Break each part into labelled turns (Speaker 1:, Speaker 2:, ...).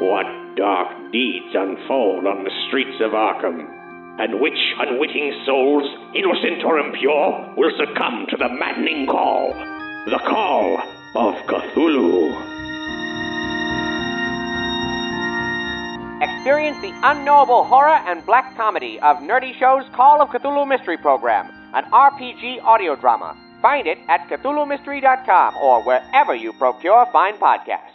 Speaker 1: What dark deeds unfold on the streets of Arkham? And which unwitting souls, innocent or impure, will succumb to the maddening call? The call of Cthulhu.
Speaker 2: Experience the unknowable horror and black comedy of Nerdy Show's Call of Cthulhu Mystery Program, an RPG audio drama. Find it at CthulhuMystery.com or wherever you procure fine podcasts.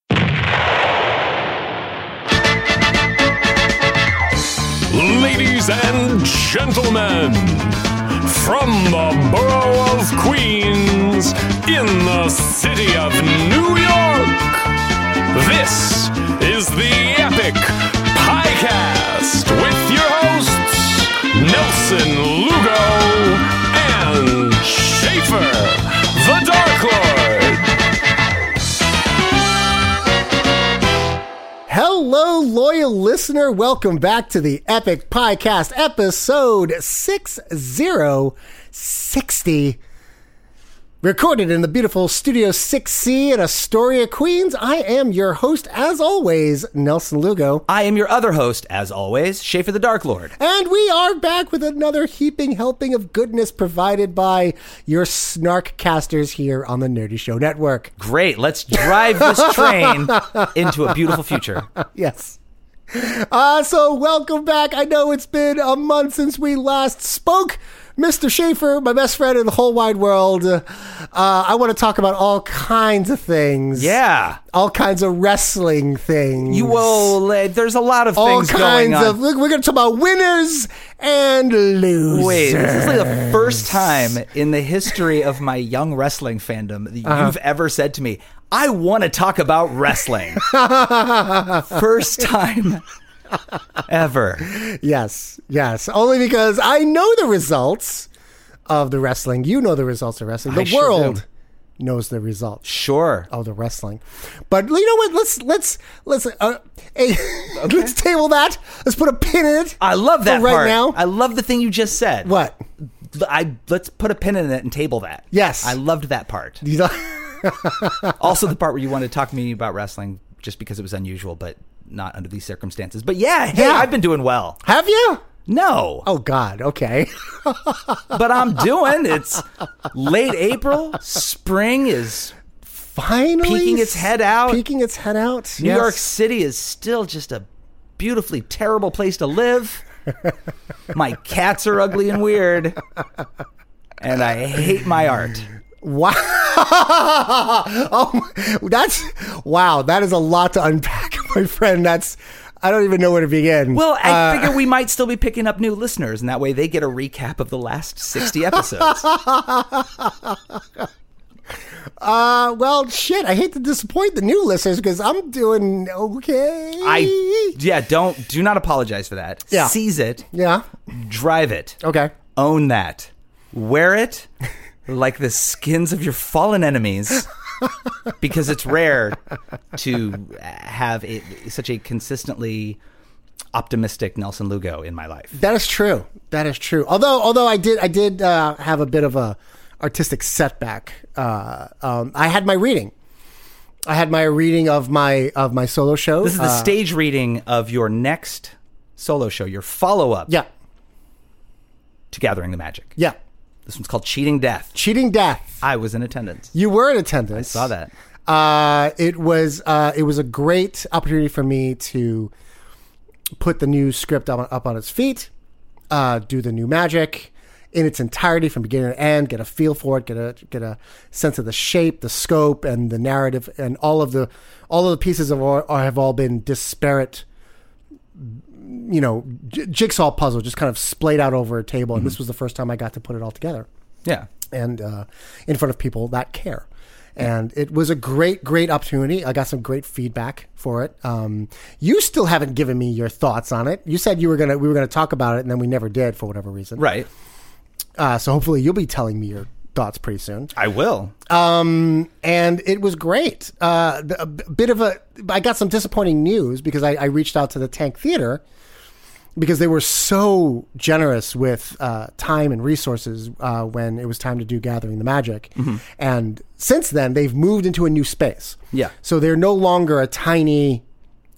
Speaker 3: Ladies and gentlemen, from the borough of Queens, in the city of New York, this is the Epic Podcast with your hosts, Nelson Lugo and Schaefer, the Dark Lord.
Speaker 4: Hello, loyal listener. Welcome back to the Epic Podcast, episode 6060. Recorded in the beautiful Studio 6C in Astoria, Queens. I am your host, as always, Nelson Lugo.
Speaker 5: I am your other host, as always, Schaefer the Dark Lord.
Speaker 4: And we are back with another heaping helping of goodness provided by your snark casters here on the Nerdy Show Network.
Speaker 5: Great, let's drive this train into a beautiful future.
Speaker 4: Yes. Uh, so welcome back. I know it's been a month since we last spoke. Mr. Schaefer, my best friend in the whole wide world. Uh, I want to talk about all kinds of things.
Speaker 5: Yeah.
Speaker 4: All kinds of wrestling things.
Speaker 5: You will, uh, there's a lot of
Speaker 4: All
Speaker 5: things going
Speaker 4: kinds
Speaker 5: on.
Speaker 4: of. Look, we're going to talk about winners and losers.
Speaker 5: Wait, this is like the first time in the history of my young wrestling fandom that
Speaker 4: Uh-huh.
Speaker 5: you've ever said to me, I want to talk about wrestling. first time ever.
Speaker 4: Yes, yes. Only because I know the results of the wrestling. You know the results of wrestling. The
Speaker 5: I sure
Speaker 4: world
Speaker 5: do.
Speaker 4: knows the results.
Speaker 5: Sure.
Speaker 4: Oh, the wrestling. But you know what? Let's let's let's uh, eh, let's table that. Let's put a pin in it.
Speaker 5: I love that
Speaker 4: for right
Speaker 5: part.
Speaker 4: now.
Speaker 5: I love the thing you just said.
Speaker 4: what?
Speaker 5: I let's put a pin in it and table that.
Speaker 4: Yes.
Speaker 5: I loved that part.
Speaker 4: You know-
Speaker 5: also, the part where you wanted to talk to me about wrestling, just because it was unusual, but not under these circumstances. But yeah, hey,
Speaker 4: Yeah.
Speaker 5: I've been doing well.
Speaker 4: Have you?
Speaker 5: No,
Speaker 4: Oh God. Okay.
Speaker 5: but I'm doing. It's late April. Spring is.
Speaker 4: Finally,
Speaker 5: Peeking its head out.
Speaker 4: Peeking its head out.
Speaker 5: New
Speaker 4: Yes.
Speaker 5: York City is still just a beautifully terrible place to live. my cats are ugly and weird, and I hate my art.
Speaker 4: Wow. oh, my- that's wow. That is a lot to unpack, my friend. That's I don't even know where to begin.
Speaker 5: Well, I
Speaker 4: Uh,
Speaker 5: figure we might still be picking up new listeners, and that way they get a recap of the last 60 episodes.
Speaker 4: uh, well, shit. I hate to disappoint the new listeners because I'm doing okay.
Speaker 5: I yeah, don't do not apologize for that.
Speaker 4: Yeah.
Speaker 5: Seize it,
Speaker 4: yeah.
Speaker 5: drive it,
Speaker 4: Okay.
Speaker 5: own that, wear it like the skins of your fallen enemies, because it's rare to have a, such a consistently optimistic Nelson Lugo in my life.
Speaker 4: That is true. That is true. Although, although I did, I did uh, have a bit of a artistic setback. Uh, um, I had my reading. I had my reading of my of my solo show.
Speaker 5: This is the
Speaker 4: Uh,
Speaker 5: stage reading of your next solo show, your follow up
Speaker 4: yeah,
Speaker 5: to Gathering the Magic.
Speaker 4: yeah.
Speaker 5: This one's called Cheating Death.
Speaker 4: Cheating death.
Speaker 5: I was in attendance.
Speaker 4: You were in attendance. I
Speaker 5: saw that.
Speaker 4: Uh, it was uh, it was a great opportunity for me to put the new script up on, up on its feet, uh, do the new magic in its entirety from beginning to end, get a feel for it, get a get a sense of the shape, the scope, and the narrative, and all of the all of the pieces of all, have all been disparate you know j- jigsaw puzzle just kind of splayed out over a table and this was the first time i got to put it all together
Speaker 5: Yeah.
Speaker 4: and uh, in front of people that care and it was a great great opportunity i got some great feedback for it um, you still haven't given me your thoughts on it you said you were gonna we were gonna talk about it and then we never did for whatever reason
Speaker 5: Right.
Speaker 4: uh, so hopefully you'll be telling me your thoughts pretty soon
Speaker 5: I will.
Speaker 4: and it was great. Uh, the- a b- bit of a, I got some disappointing news because I, I reached out to the Tank Theater because they were so generous with uh, time and resources uh, when it was time to do Gathering the Magic, and since then they've moved into a new space.
Speaker 5: Yeah.
Speaker 4: so they're no longer a tiny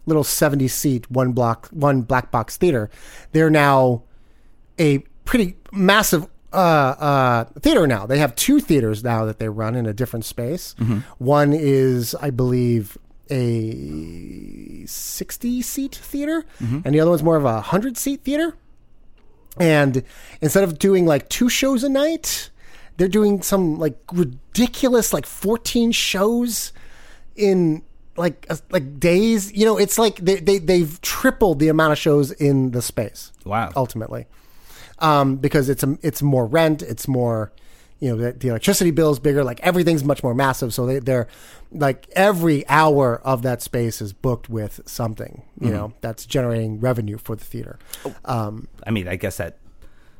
Speaker 4: little seventy seat one block one black box theater. They're now a pretty massive uh, uh, theater now. They have two theaters now that they run in a different space. One is, I believe, a 60 seat theater, and the other one's more of a 100 seat theater. And instead of doing like two shows a night, they're doing some like ridiculous, like 14 shows in like uh, like days you know it's like they, they they've tripled the amount of shows in the space
Speaker 5: Wow.
Speaker 4: ultimately um, because it's a, it's more rent, it's more, you know, the, the electricity bill is bigger. Like everything's much more massive. So they, they're like every hour of that space is booked with something, you know, that's generating revenue for the theater.
Speaker 5: I mean, I guess that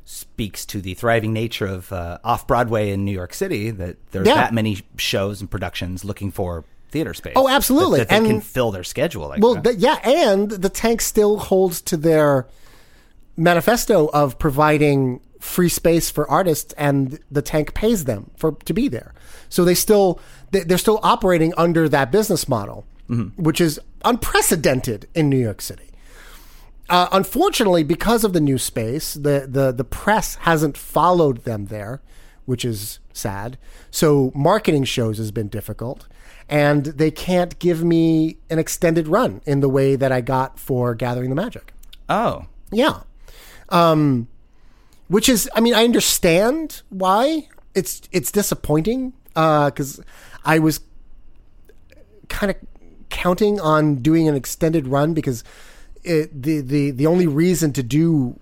Speaker 5: speaks to the thriving nature of uh, off Broadway in New York City that there's
Speaker 4: Yeah.
Speaker 5: that many shows and productions looking for theater space.
Speaker 4: Oh,
Speaker 5: that-
Speaker 4: absolutely.
Speaker 5: That, they
Speaker 4: And-
Speaker 5: can fill their schedule. Like
Speaker 4: Well,
Speaker 5: that.
Speaker 4: th- yeah, and the tank still holds to their manifesto of providing free space for artists, and the tank pays them for to be there. So they still they- they're still operating under that business model,
Speaker 5: Mm-hmm.
Speaker 4: which is unprecedented in New York City. Uh, unfortunately, because of the new space, the, the the press hasn't followed them there, which is sad. So marketing shows has been difficult, and they can't give me an extended run in the way that I got for Gathering the Magic.
Speaker 5: oh,
Speaker 4: Yeah, um, which is, I mean, I understand why it's it's disappointing because I was kind of counting on doing an extended run because it, the the the only reason to do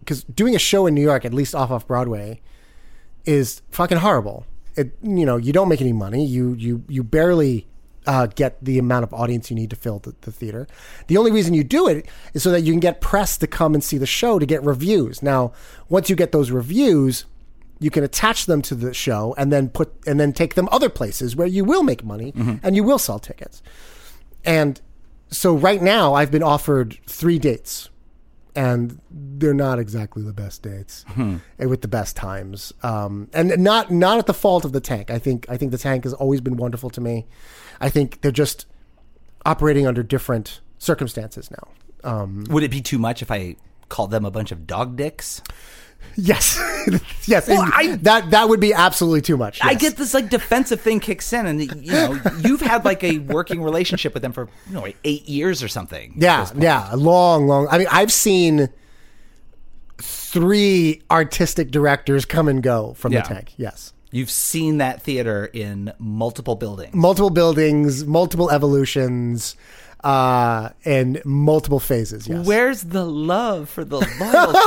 Speaker 4: because doing a show in New York, at least off off Broadway, is fucking horrible. It you know you don't make any money. You you you barely. Uh, get the amount of audience you need to fill the, the theater. The only reason you do it is so that you can get press to come and see the show to get reviews. Now, once you get those reviews, you can attach them to the show and then put and then take them other places where you will make money and you will sell tickets. And so right now I've been offered three dates and they're not exactly the best dates
Speaker 5: Hmm.
Speaker 4: and with the best times. Um, and not not at the fault of the tank. I think I think the tank has always been wonderful to me. I think they're just operating under different circumstances now.
Speaker 5: would it be too much if I called them a bunch of dog dicks?
Speaker 4: Yes. yes.
Speaker 5: Well, I-
Speaker 4: that that would be absolutely too much.
Speaker 5: I
Speaker 4: yes.
Speaker 5: get this like defensive thing kicks in, and you know you've had like a working relationship with them for you know like, eight years or something.
Speaker 4: Yeah, yeah, a long, long. I mean, I've seen three artistic directors come and go from
Speaker 5: Yeah.
Speaker 4: the tank. Yes,
Speaker 5: You've seen that theater in multiple buildings.
Speaker 4: multiple buildings, multiple evolutions, uh, and multiple phases. Yes,
Speaker 5: Where's the love for the loyalty?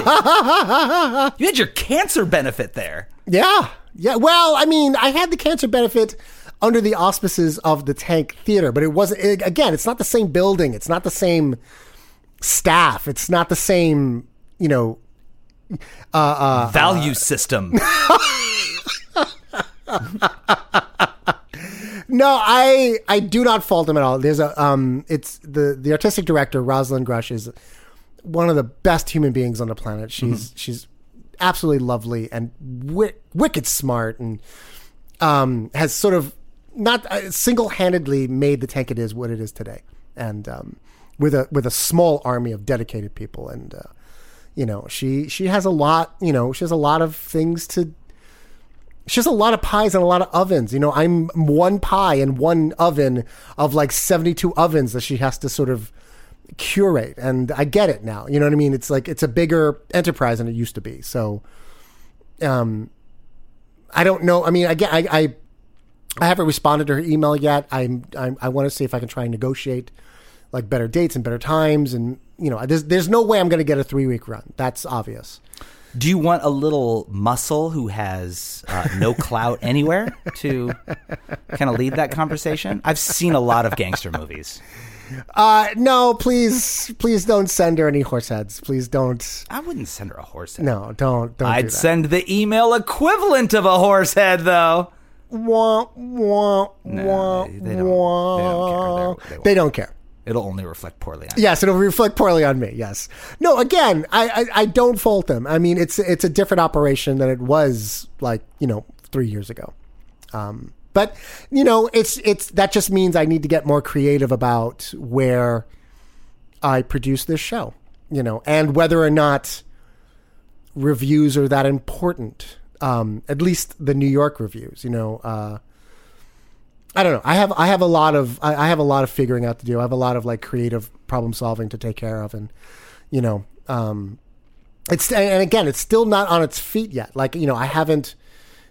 Speaker 5: you had your cancer benefit there.
Speaker 4: yeah, yeah. Well, I mean, I had the cancer benefit under the auspices of the tank theater, but it wasn't. It, again, it's not the same building. It's not the same staff. It's not the same. You know, Uh,
Speaker 5: Value system.
Speaker 4: No, I I do not fault him at all. There's a um, it's the the artistic director Rosalind Grush is one of the best human beings on the planet. She's she's absolutely lovely and wi- wicked smart and um has sort of not uh, single handedly made the tank it is what it is today, and um with a with a small army of dedicated people and. Uh, you know, she she has a lot. You know, she has a lot of things to It's just a lot of pies and a lot of ovens. You know, I'm one pie and one oven of like 72 ovens that she has to sort of curate. And I get it now. You know what I mean? It's like it's a bigger enterprise than it used to be. So, um, I don't know. I mean, I get, I, I, I haven't responded to her email yet. I'm, I'm I want to see if I can try and negotiate like better dates and better times. And you know, there's, there's no way I'm going to get a three week run. That's obvious.
Speaker 5: Do you want a little muscle who has uh, no clout anywhere to kind of lead that conversation? I've seen a lot of gangster movies.
Speaker 4: Uh, no, please, please don't send her any horse heads. Please don't.
Speaker 5: I wouldn't send her a horse head.
Speaker 4: No, don't, don't. do
Speaker 5: I'd
Speaker 4: that.
Speaker 5: send the email equivalent of a horse head, though.
Speaker 4: Wah, wah, wah,
Speaker 5: they- they don't-
Speaker 4: wah.
Speaker 5: they don't care. They're- they won't.
Speaker 4: They don't care.
Speaker 5: It'll only reflect poorly on you.
Speaker 4: Yes, it'll reflect poorly on me. Yes. No, again, I, I, I don't fault them. I mean, it's it's a different operation than it was like you know three years ago. Um, but you know, it's it's that just means I need to get more creative about where I produce this show, you know, and whether or not reviews are that important. Um, at least the New York reviews, you know. Uh, I don't know. I have I have a lot of I, I have a lot of figuring out to do. I have a lot of like creative problem solving to take care of, and you know, um, it's and and again, it's still not on its feet yet. Like you know, I haven't,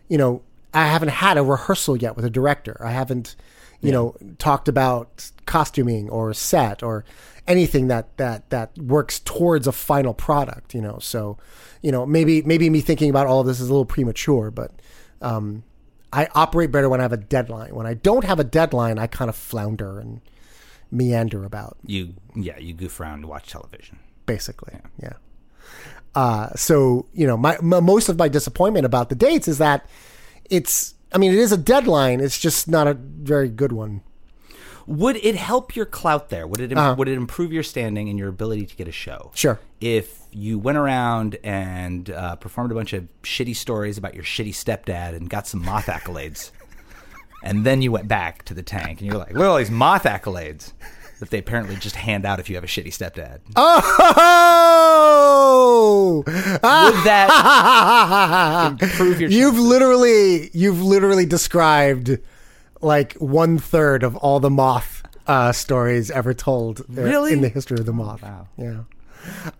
Speaker 4: you know, I haven't had a rehearsal yet with a director. I haven't, you know, talked about costuming or set or anything that that that works towards a final product. You know, so you know, maybe maybe me thinking about all of this is a little premature, but um, I operate better when I have a deadline. When I don't have a deadline, I kind of flounder and meander about,
Speaker 5: You, yeah, you goof around and watch television.
Speaker 4: basically. Yeah. Uh, so you know, my, my most of my disappointment about the dates is that it's. I mean, it is a deadline. It's just not a very good one.
Speaker 5: Would it help your clout there? Would it im- would it improve your standing and your ability to get a show?
Speaker 4: Uh-huh. Sure.
Speaker 5: If you went around and uh, performed a bunch of shitty stories about your shitty stepdad and got some moth accolades, and then you went back to the tank and you're like, look at all these moth accolades that they apparently just hand out if you have a shitty stepdad.
Speaker 4: Ah. Oh,
Speaker 5: Would that improve your?
Speaker 4: you've
Speaker 5: chances?
Speaker 4: literally you've literally described like one third of all the moth uh, stories ever told uh,
Speaker 5: Really?
Speaker 4: in the history of the moth. Wow. Yeah.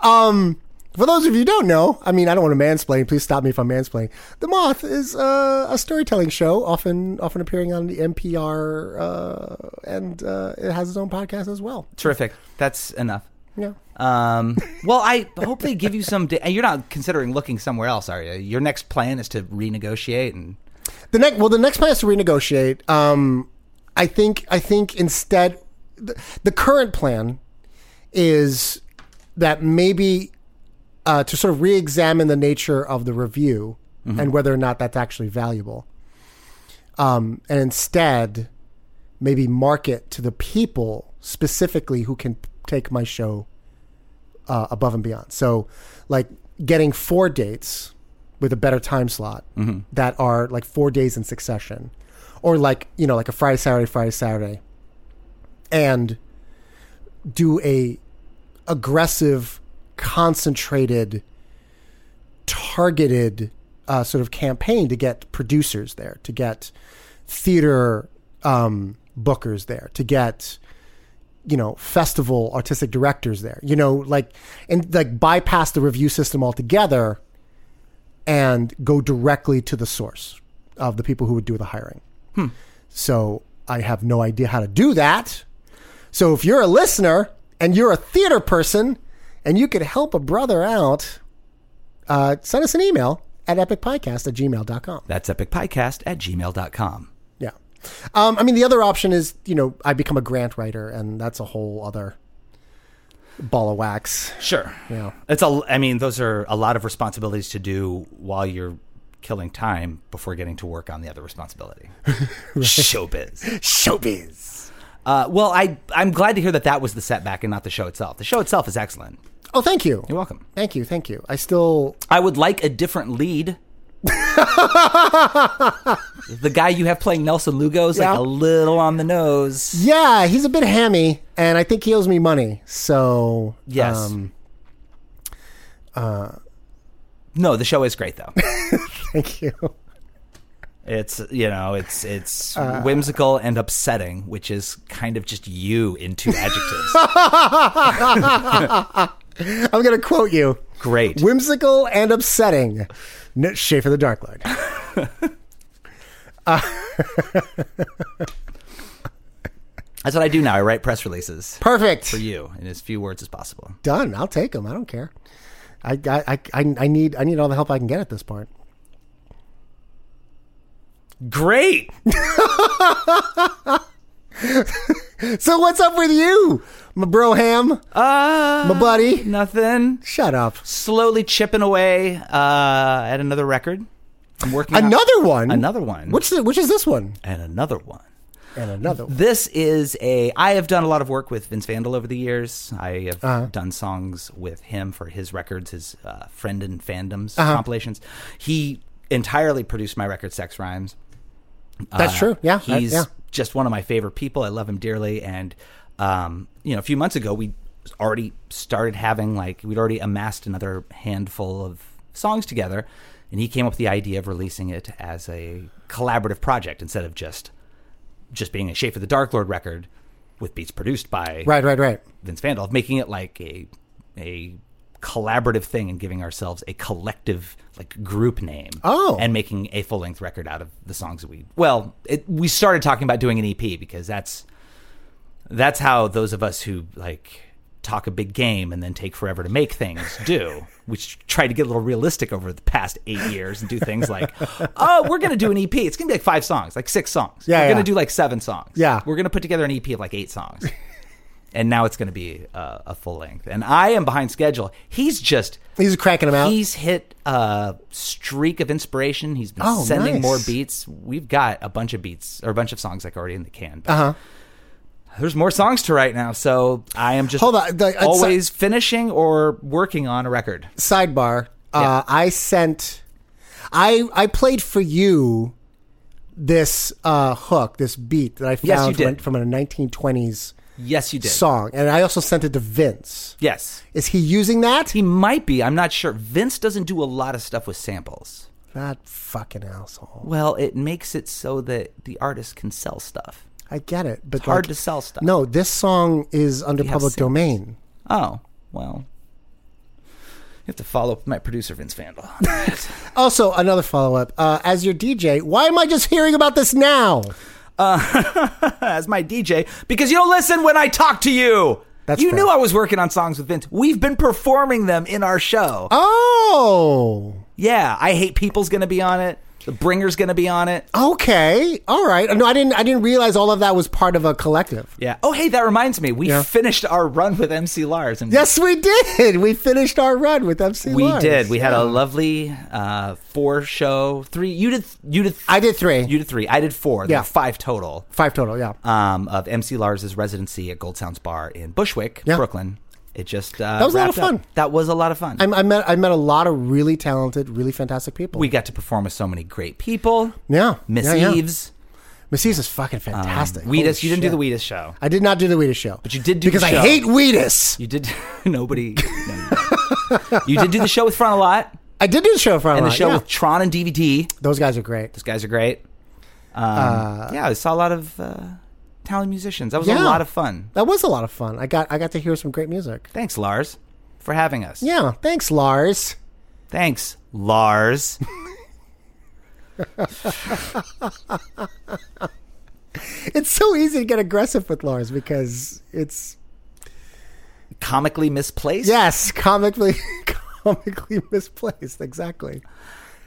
Speaker 4: Um. For those of you who don't know, I mean, I don't want to mansplain. Please stop me if I'm mansplaining. The Moth is uh, a storytelling show, often often appearing on the NPR, uh, and uh, it has its own podcast as well.
Speaker 5: terrific. That's enough.
Speaker 4: Yeah.
Speaker 5: Um, well, I hope they give you some. Da- you're not considering looking somewhere else, are you? Your next plan is to renegotiate and.
Speaker 4: The next, well, the next plan is to renegotiate. Um, I think, I think instead, the, the current plan is that maybe uh, to sort of re-examine the nature of the review and whether or not that's actually valuable. Um, and instead, maybe market to the people specifically who can take my show uh, above and beyond. So, like getting four dates with a better time slot that are like four days in succession, or like you know, like a Friday, Saturday, Friday, Saturday, and do a aggressive, concentrated, targeted uh, sort of campaign to get producers there, to get theater um, bookers there, to get you know festival artistic directors there. You know, like and like bypass the review system altogether and go directly to the source of the people who would do the hiring.
Speaker 5: Hmm.
Speaker 4: So I have no idea how to do that. So if you're a listener and you're a theater person and you could help a brother out, uh, send us an email at epicpodcast at gmail.com.
Speaker 5: That's epicpodcast at gmail.com.
Speaker 4: Yeah. Um, I mean, the other option is, you know, I become a grant writer, and that's a whole other ball of wax.
Speaker 5: Sure.
Speaker 4: Yeah.
Speaker 5: It's a, I mean, those are a lot of responsibilities to do while you're killing time before getting to work on the other responsibility. Showbiz.
Speaker 4: Showbiz.
Speaker 5: Uh, well, I, I'm glad to hear that that was the setback and not the show itself. The show itself is excellent.
Speaker 4: Oh, thank you.
Speaker 5: You're welcome.
Speaker 4: Thank you. Thank you. I still
Speaker 5: I would like a different lead. the guy you have playing Nelson Lugo's
Speaker 4: Yeah.
Speaker 5: like a little on the nose.
Speaker 4: Yeah, he's a bit hammy, and I think he owes me money. So um,
Speaker 5: Yes.
Speaker 4: uh,
Speaker 5: no, the show is great though.
Speaker 4: thank you.
Speaker 5: It's you know, it's it's whimsical and upsetting, which is kind of just you in two adjectives.
Speaker 4: I'm going to quote you
Speaker 5: Great.
Speaker 4: whimsical and upsetting. No, Schaefer the Dark Lord.
Speaker 5: That's what I do now. I write press releases
Speaker 4: Perfect.
Speaker 5: for you in as few words as possible.
Speaker 4: Done. I'll take them. I don't care. I, I, I, I I need I need all the help I can get at this point.
Speaker 5: Great.
Speaker 4: So what's up with you, my bro ham,
Speaker 5: Uh
Speaker 4: my buddy?
Speaker 5: nothing.
Speaker 4: Shut up.
Speaker 5: Slowly chipping away uh, at another record. I'm working out-
Speaker 4: Another one.
Speaker 5: Another one.
Speaker 4: Which is- which is this one?
Speaker 5: and another one.
Speaker 4: And another one.
Speaker 5: This is a. I have done a lot of work with Vince Vandal over the years. I have done songs with him for his records, his uh, Friend and Fandoms compilations. He entirely produced my record, Sex Rhymes.
Speaker 4: That's true. Yeah. I-
Speaker 5: uh, He's
Speaker 4: yeah.
Speaker 5: just one of my favorite people. I love him dearly. And, um, you know, a few months ago, we already started having, like, we'd already amassed another handful of songs together. And he came up with the idea of releasing it as a collaborative project instead of just just being a Shape of the Dark Lord record with beats produced by
Speaker 4: Right, right, right.
Speaker 5: Vince Vandal, of making it like a a collaborative thing and giving ourselves a collective like group name.
Speaker 4: Oh.
Speaker 5: and making a full length record out of the songs that we well, it, we started talking about doing an EP because that's that's how those of us who like talk a big game and then take forever to make things do we sh- try to get a little realistic over the past eight years and do things like oh we're gonna do an ep it's gonna be like five songs like six songs
Speaker 4: Yeah,
Speaker 5: we're
Speaker 4: yeah.
Speaker 5: gonna do like seven songs
Speaker 4: Yeah.
Speaker 5: we're gonna put together an ep of like eight songs and now it's going to be uh, a full length. And I am behind schedule. He's just
Speaker 4: He's cracking them out.
Speaker 5: he's hit a streak of inspiration. He's been
Speaker 4: Oh,
Speaker 5: sending
Speaker 4: nice.
Speaker 5: more beats. We've got a bunch of beats or a bunch of songs like already in the can. But uh-huh. There's more songs to write now, so I am just
Speaker 4: Hold on, the- it's- uh,
Speaker 5: always finishing or working on a record.
Speaker 4: Sidebar. Uh, I sent. I I played for you this uh, hook, this beat that I
Speaker 5: Yes, you
Speaker 4: found from,
Speaker 5: did.
Speaker 4: from a 1920s
Speaker 5: Yes, you did.
Speaker 4: song, and I also sent it to Vince.
Speaker 5: yes,
Speaker 4: Is he using that?
Speaker 5: he might be. I'm not sure. Vince doesn't do a lot of stuff with samples.
Speaker 4: that fucking asshole.
Speaker 5: Well, it makes it so that the artist can sell stuff.
Speaker 4: I get it, but it's
Speaker 5: hard to sell stuff.
Speaker 4: No, this song is under
Speaker 5: have
Speaker 4: public
Speaker 5: samples.
Speaker 4: domain.
Speaker 5: Oh, well. You have to follow up with my producer, Vince Vandal.
Speaker 4: Also, another follow up. Uh, as your DJ, why am I just hearing about this now?
Speaker 5: As my DJ, because you don't listen when I talk to you.
Speaker 4: That's
Speaker 5: you
Speaker 4: fair.
Speaker 5: knew I was working on songs with Vince. We've been performing them in our show.
Speaker 4: Oh,
Speaker 5: Yeah, I Hate People's going to be on it. The Bringer's going to be on it.
Speaker 4: okay, all right. No, I didn't. I didn't realize all of that was part of a collective.
Speaker 5: Yeah. Oh, hey, that reminds me. We
Speaker 4: Yeah.
Speaker 5: finished our run with MC Lars. And
Speaker 4: Yes, we did. We finished our run with MC.
Speaker 5: We
Speaker 4: Lars.
Speaker 5: did. We had a lovely uh, four show, three. You did. You did.
Speaker 4: I did three.
Speaker 5: You did three. I did four. There
Speaker 4: Yeah.
Speaker 5: were five total.
Speaker 4: five total. Yeah.
Speaker 5: um, of MC Lars's residency at Gold Sounds Bar in Bushwick,
Speaker 4: Yeah.
Speaker 5: Brooklyn. It just uh,
Speaker 4: That was a lot
Speaker 5: wrapped
Speaker 4: of fun.
Speaker 5: up. That was a lot of fun.
Speaker 4: I, I met. I met a lot of really talented, really fantastic people.
Speaker 5: we got to perform with so many great people.
Speaker 4: Yeah.
Speaker 5: Miss
Speaker 4: Yeah, yeah.
Speaker 5: Eves,
Speaker 4: Miss Eves is fucking fantastic. Holy
Speaker 5: Wheatus. You didn't do
Speaker 4: shit.
Speaker 5: the Wheatus show.
Speaker 4: I did not do the Wheatus show,
Speaker 5: But you did do
Speaker 4: because
Speaker 5: the
Speaker 4: I
Speaker 5: show.
Speaker 4: hate Wheatus.
Speaker 5: You did nobody. no, you didn't. you did do the show with Front a lot
Speaker 4: I did do the show for a
Speaker 5: and the
Speaker 4: lot,
Speaker 5: show
Speaker 4: yeah.
Speaker 5: with Tron and DVD.
Speaker 4: Those guys are great.
Speaker 5: Those guys are great. Um, yeah, I saw a lot of uh, talented musicians. That was
Speaker 4: Yeah.
Speaker 5: a lot of fun.
Speaker 4: That was a lot of fun. I got I got to hear some great music.
Speaker 5: Thanks, Lars, for having us.
Speaker 4: Yeah, thanks, Lars.
Speaker 5: Thanks, Lars.
Speaker 4: It's so easy to get aggressive with Lars because it's
Speaker 5: Comically misplaced.
Speaker 4: yes, comically comically misplaced. Exactly.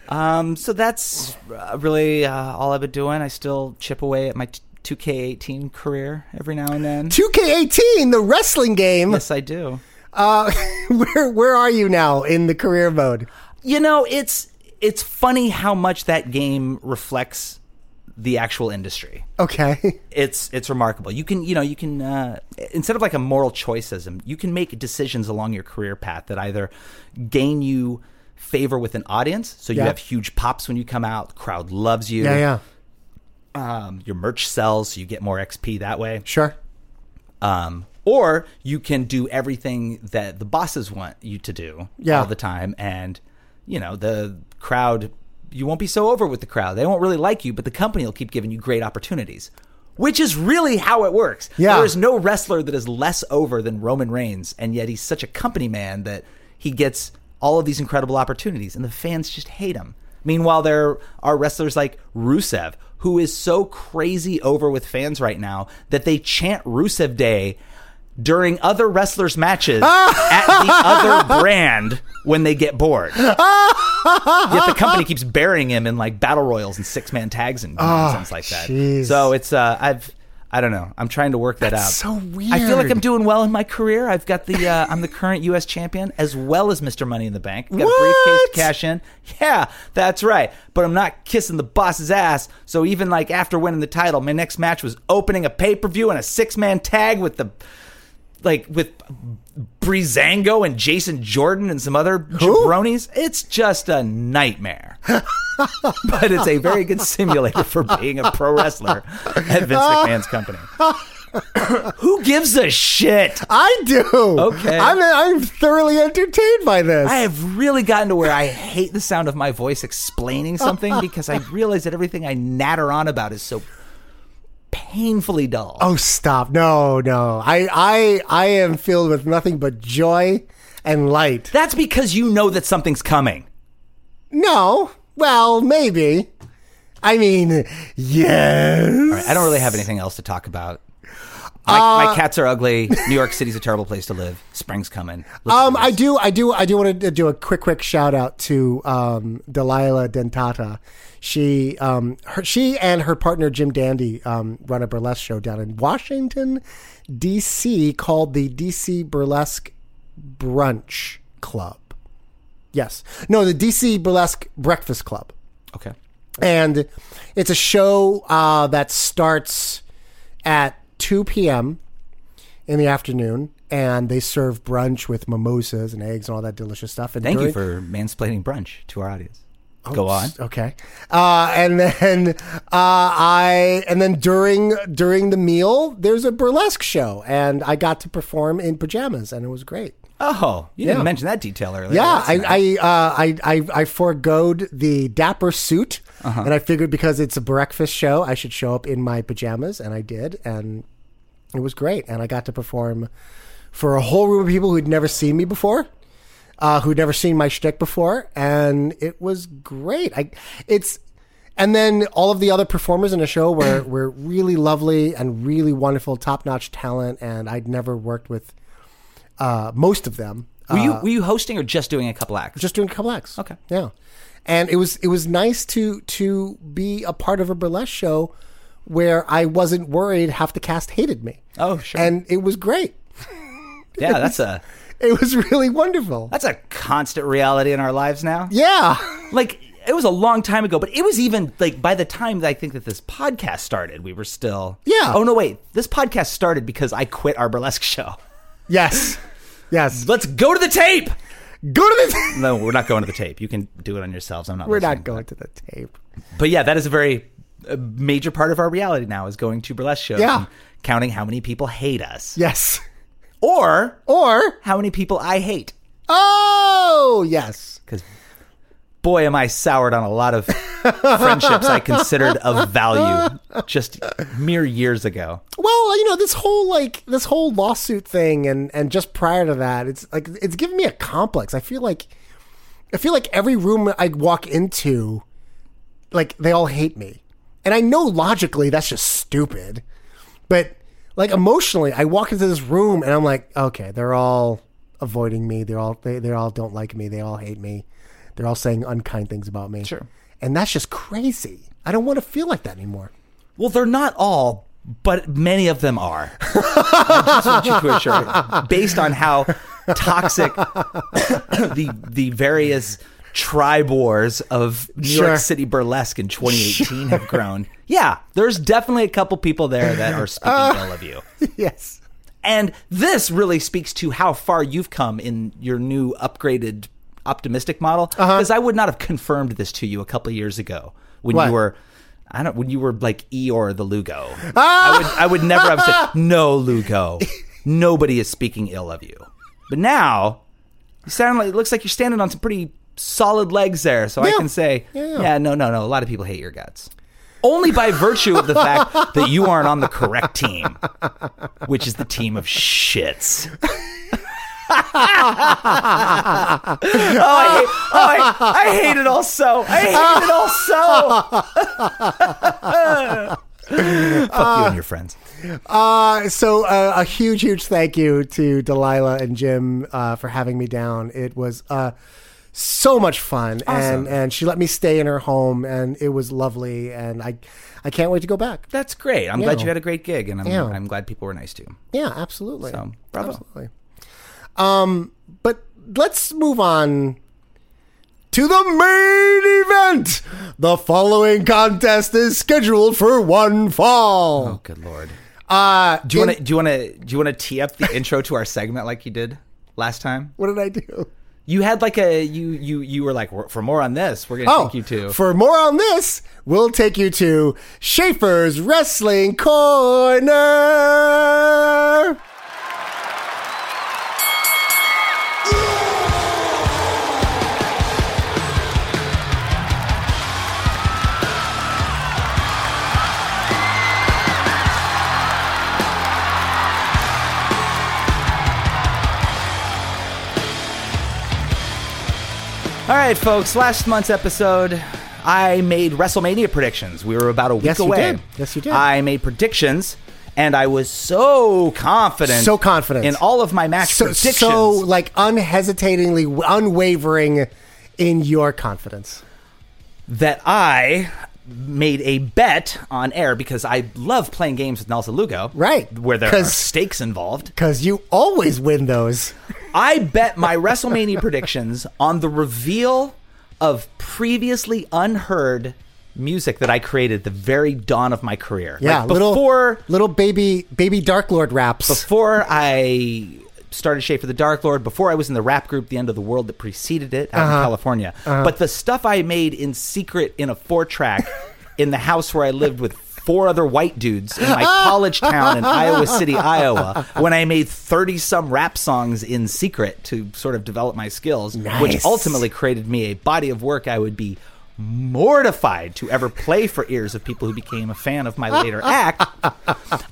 Speaker 5: Um, so that's uh, really uh, all I've been doing. I still chip away at my t- 2K18 career every now and then.
Speaker 4: 2K18, the wrestling game.
Speaker 5: yes, I do.
Speaker 4: Uh, where where are you now in the career mode?
Speaker 5: You know, it's it's funny how much that game reflects the actual industry.
Speaker 4: Okay.
Speaker 5: It's it's remarkable. You can you know you can uh, instead of like a moral choicism, you can make decisions along your career path that either gain you favor with an audience, so you
Speaker 4: Yeah.
Speaker 5: have huge pops when you come out, crowd loves you,
Speaker 4: Yeah, yeah.
Speaker 5: Um, your merch sells, so you get more XP that way.
Speaker 4: Sure.
Speaker 5: Um, or you can do everything that the bosses want you to do
Speaker 4: Yeah.
Speaker 5: all the time, and you know the crowd you won't be so over with the crowd. They won't really like you, but the company will keep giving you great opportunities. Which is really how it works.
Speaker 4: Yeah.
Speaker 5: There is no wrestler that is less over than Roman Reigns, and yet he's such a company man that he gets all of these incredible opportunities, and the fans just hate him. Meanwhile, there are wrestlers like Rusev, who is so crazy over with fans right now that they chant Rusev Day during other wrestlers' matches at the other brand when they get bored. Yet the company keeps burying him in like battle royals and six man tags and nonsense like that.
Speaker 4: Ah, jeez.
Speaker 5: So it's uh, I've I don't know. I'm trying to work that
Speaker 4: That's so
Speaker 5: out. I feel like
Speaker 4: weird.
Speaker 5: I'm doing well in my career. I've got the uh, I'm the current U.S. champion as well as Mr. Money in the Bank. I've got a briefcase
Speaker 4: What?
Speaker 5: to cash in. Yeah, that's right. But I'm not kissing the boss's ass. So even like after winning the title, my next match was opening a pay per view and a six man tag with the like with Breezango and Jason Jordan and some other jabronis. It's just a nightmare. but it's a very good simulator for being a pro wrestler at Vince McMahon's company. Who gives a shit?
Speaker 4: I do.
Speaker 5: Okay.
Speaker 4: I'm I'm thoroughly entertained by this.
Speaker 5: I have really gotten to where I hate the sound of my voice explaining something because I realize that everything I natter on about is so painfully dull.
Speaker 4: oh, stop! No, no. I I I am filled with nothing but joy and light.
Speaker 5: That's because you know that something's coming.
Speaker 4: No. Well, maybe. I mean, yes.
Speaker 5: All right, I don't really have anything else to talk about.
Speaker 4: Uh,
Speaker 5: My, my cats are ugly. New York City's a terrible place to live. Spring's coming. Let's
Speaker 4: Um,
Speaker 5: do
Speaker 4: I
Speaker 5: this.
Speaker 4: do, I do, I do want to do a quick, quick shout out to um, Delilah Dentata. She, um, her, she and her partner Jim Dandy um, run a burlesque show down in Washington, D.C. called the D.C. Burlesque Brunch Club. Yes, no, the D.C. Burlesque Breakfast Club,
Speaker 5: Okay.
Speaker 4: and it's a show uh, that starts at 2 p.m. in the afternoon, and they serve brunch with mimosas and eggs and all that delicious stuff. And
Speaker 5: Thank you
Speaker 4: during-
Speaker 5: for mansplaining brunch to our audience.
Speaker 4: Oh,
Speaker 5: Go on.
Speaker 4: Okay, uh, and then uh, I and then during during the meal, there's a burlesque show, and I got to perform in pajamas, and it was great.
Speaker 5: Oh, you
Speaker 4: Yeah.
Speaker 5: didn't mention that detail earlier.
Speaker 4: Yeah,
Speaker 5: That's
Speaker 4: I,
Speaker 5: nice.
Speaker 4: I, uh, I, I, I foregoed the dapper suit,
Speaker 5: Uh-huh.
Speaker 4: and I figured because it's a breakfast show, I should show up in my pajamas, and I did, and it was great, and I got to perform for a whole room of people who'd never seen me before, uh, who'd never seen my shtick before, and it was great. I, it's, and then all of the other performers in the show were were really lovely and really wonderful, top notch talent, and I'd never worked with uh, most of them.
Speaker 5: were you were you hosting or just doing a couple acts?
Speaker 4: Uh, just doing a couple acts.
Speaker 5: Okay.
Speaker 4: Yeah, and it was it was nice to to be a part of a burlesque show where I wasn't worried half the cast hated me.
Speaker 5: Oh, sure.
Speaker 4: And it was great.
Speaker 5: yeah, that's a
Speaker 4: It was really wonderful.
Speaker 5: that's a constant reality in our lives now.
Speaker 4: Yeah.
Speaker 5: Like it was a long time ago, but it was even like by the time that I think that this podcast started, we were still
Speaker 4: Yeah.
Speaker 5: Oh no, wait, this podcast started because I quit our burlesque show.
Speaker 4: Yes. Yes.
Speaker 5: Let's go to the tape.
Speaker 4: Go to the.
Speaker 5: No, we're not going to the tape. You can do it on yourselves. I'm not.
Speaker 4: We're not
Speaker 5: listening.
Speaker 4: going to the tape.
Speaker 5: But yeah, that is a very a major part of our reality now is going to burlesque shows.
Speaker 4: Yeah.
Speaker 5: and counting how many people hate us
Speaker 4: Yes.
Speaker 5: or
Speaker 4: Or
Speaker 5: how many people I hate.
Speaker 4: oh yes.
Speaker 5: Because boy, am I soured on a lot of friendships I considered of value just mere years ago.
Speaker 4: Well, you know this whole like this whole lawsuit thing, and and just prior to that, it's like it's giving me a complex. I feel like I feel like every room I walk into, like they all hate me, and I know logically that's just stupid, but like emotionally, I walk into this room and I'm like, okay, they're all avoiding me. They're all they they all don't like me. They all hate me. They're all saying unkind things about me. Sure, and that's just crazy. I don't want to feel like that anymore.
Speaker 5: Well, they're not all, but many of them are. I just want you to assure- based on how toxic the the various tribe wars of New
Speaker 4: Sure.
Speaker 5: York City burlesque in 2018 have grown. Yeah, there's definitely a couple people there that are speaking ill of you.
Speaker 4: Yes.
Speaker 5: And this really speaks to how far you've come in your new upgraded optimistic model.
Speaker 4: Uh-huh.
Speaker 5: Because I would not have confirmed this to you a couple of years ago when
Speaker 4: What?
Speaker 5: you were. I don't. When you were like Eeyore the Lugo,
Speaker 4: Ah!
Speaker 5: I would I would never have said no Lugo. Nobody is speaking ill of you, but now you sound like it looks like you're standing on some pretty solid legs there, so
Speaker 4: Yeah.
Speaker 5: I can say,
Speaker 4: Yeah, yeah.
Speaker 5: no, no, no. A lot of people hate your guts. Only by virtue of the fact that you aren't on the correct team, which is the team of shits. oh, I Oh, hate, oh, I, I hate it all so. I hate it all so. Fuck you and your friends.
Speaker 4: Uh, so uh, a huge, huge thank you to Delilah and Jim uh, for having me down. It was uh, so much fun, and and she let me stay in her home, and it was lovely, and I I can't wait to go back.
Speaker 5: That's great. I'm glad you had a great gig, and I'm,
Speaker 4: Yeah.
Speaker 5: I'm glad people were nice to you.
Speaker 4: Yeah, absolutely.
Speaker 5: So, bravo.
Speaker 4: Absolutely. Um, but let's move on to the main event. The following contest is scheduled for one fall.
Speaker 5: Oh, good lord.
Speaker 4: Uh,
Speaker 5: Do you want to? Do you want to? Do you want to tee up the intro to our segment like you did last time?
Speaker 4: What did I do?
Speaker 5: You had like a you you you were like "We're- for more on this. We're gonna take you to
Speaker 4: Oh, For more on this, we'll take you to Schaefer's Wrestling Corner.
Speaker 5: All right, folks. Last month's episode, I made WrestleMania predictions. We were about a week
Speaker 4: Yes, you
Speaker 5: away.
Speaker 4: did. Yes, you did.
Speaker 5: I made predictions, and I was so confident,
Speaker 4: So confident.
Speaker 5: in all of my match
Speaker 4: So,
Speaker 5: predictions.
Speaker 4: so like unhesitatingly, unwavering in your confidence.
Speaker 5: that I made a bet on air because I love playing games with Nelson Lugo.
Speaker 4: Right.
Speaker 5: Where there are
Speaker 4: 'Cause-
Speaker 5: stakes involved.
Speaker 4: Because you always win those.
Speaker 5: I bet my WrestleMania predictions on the reveal of previously unheard music that I created at the very dawn of my career.
Speaker 4: Yeah,
Speaker 5: Like,
Speaker 4: little
Speaker 5: before
Speaker 4: little baby baby Dark Lord raps.
Speaker 5: before I started Shape for the Dark Lord, before I was in the rap group The End of the World that preceded it out in California. But the stuff I made in secret in a four track in the house where I lived with four other white dudes in my college town in Iowa City, Iowa, when I made 30 some rap songs in secret to sort of develop my skills, which
Speaker 4: Nice.
Speaker 5: ultimately created me a body of work I would be mortified to ever play for ears of people who became a fan of my later act.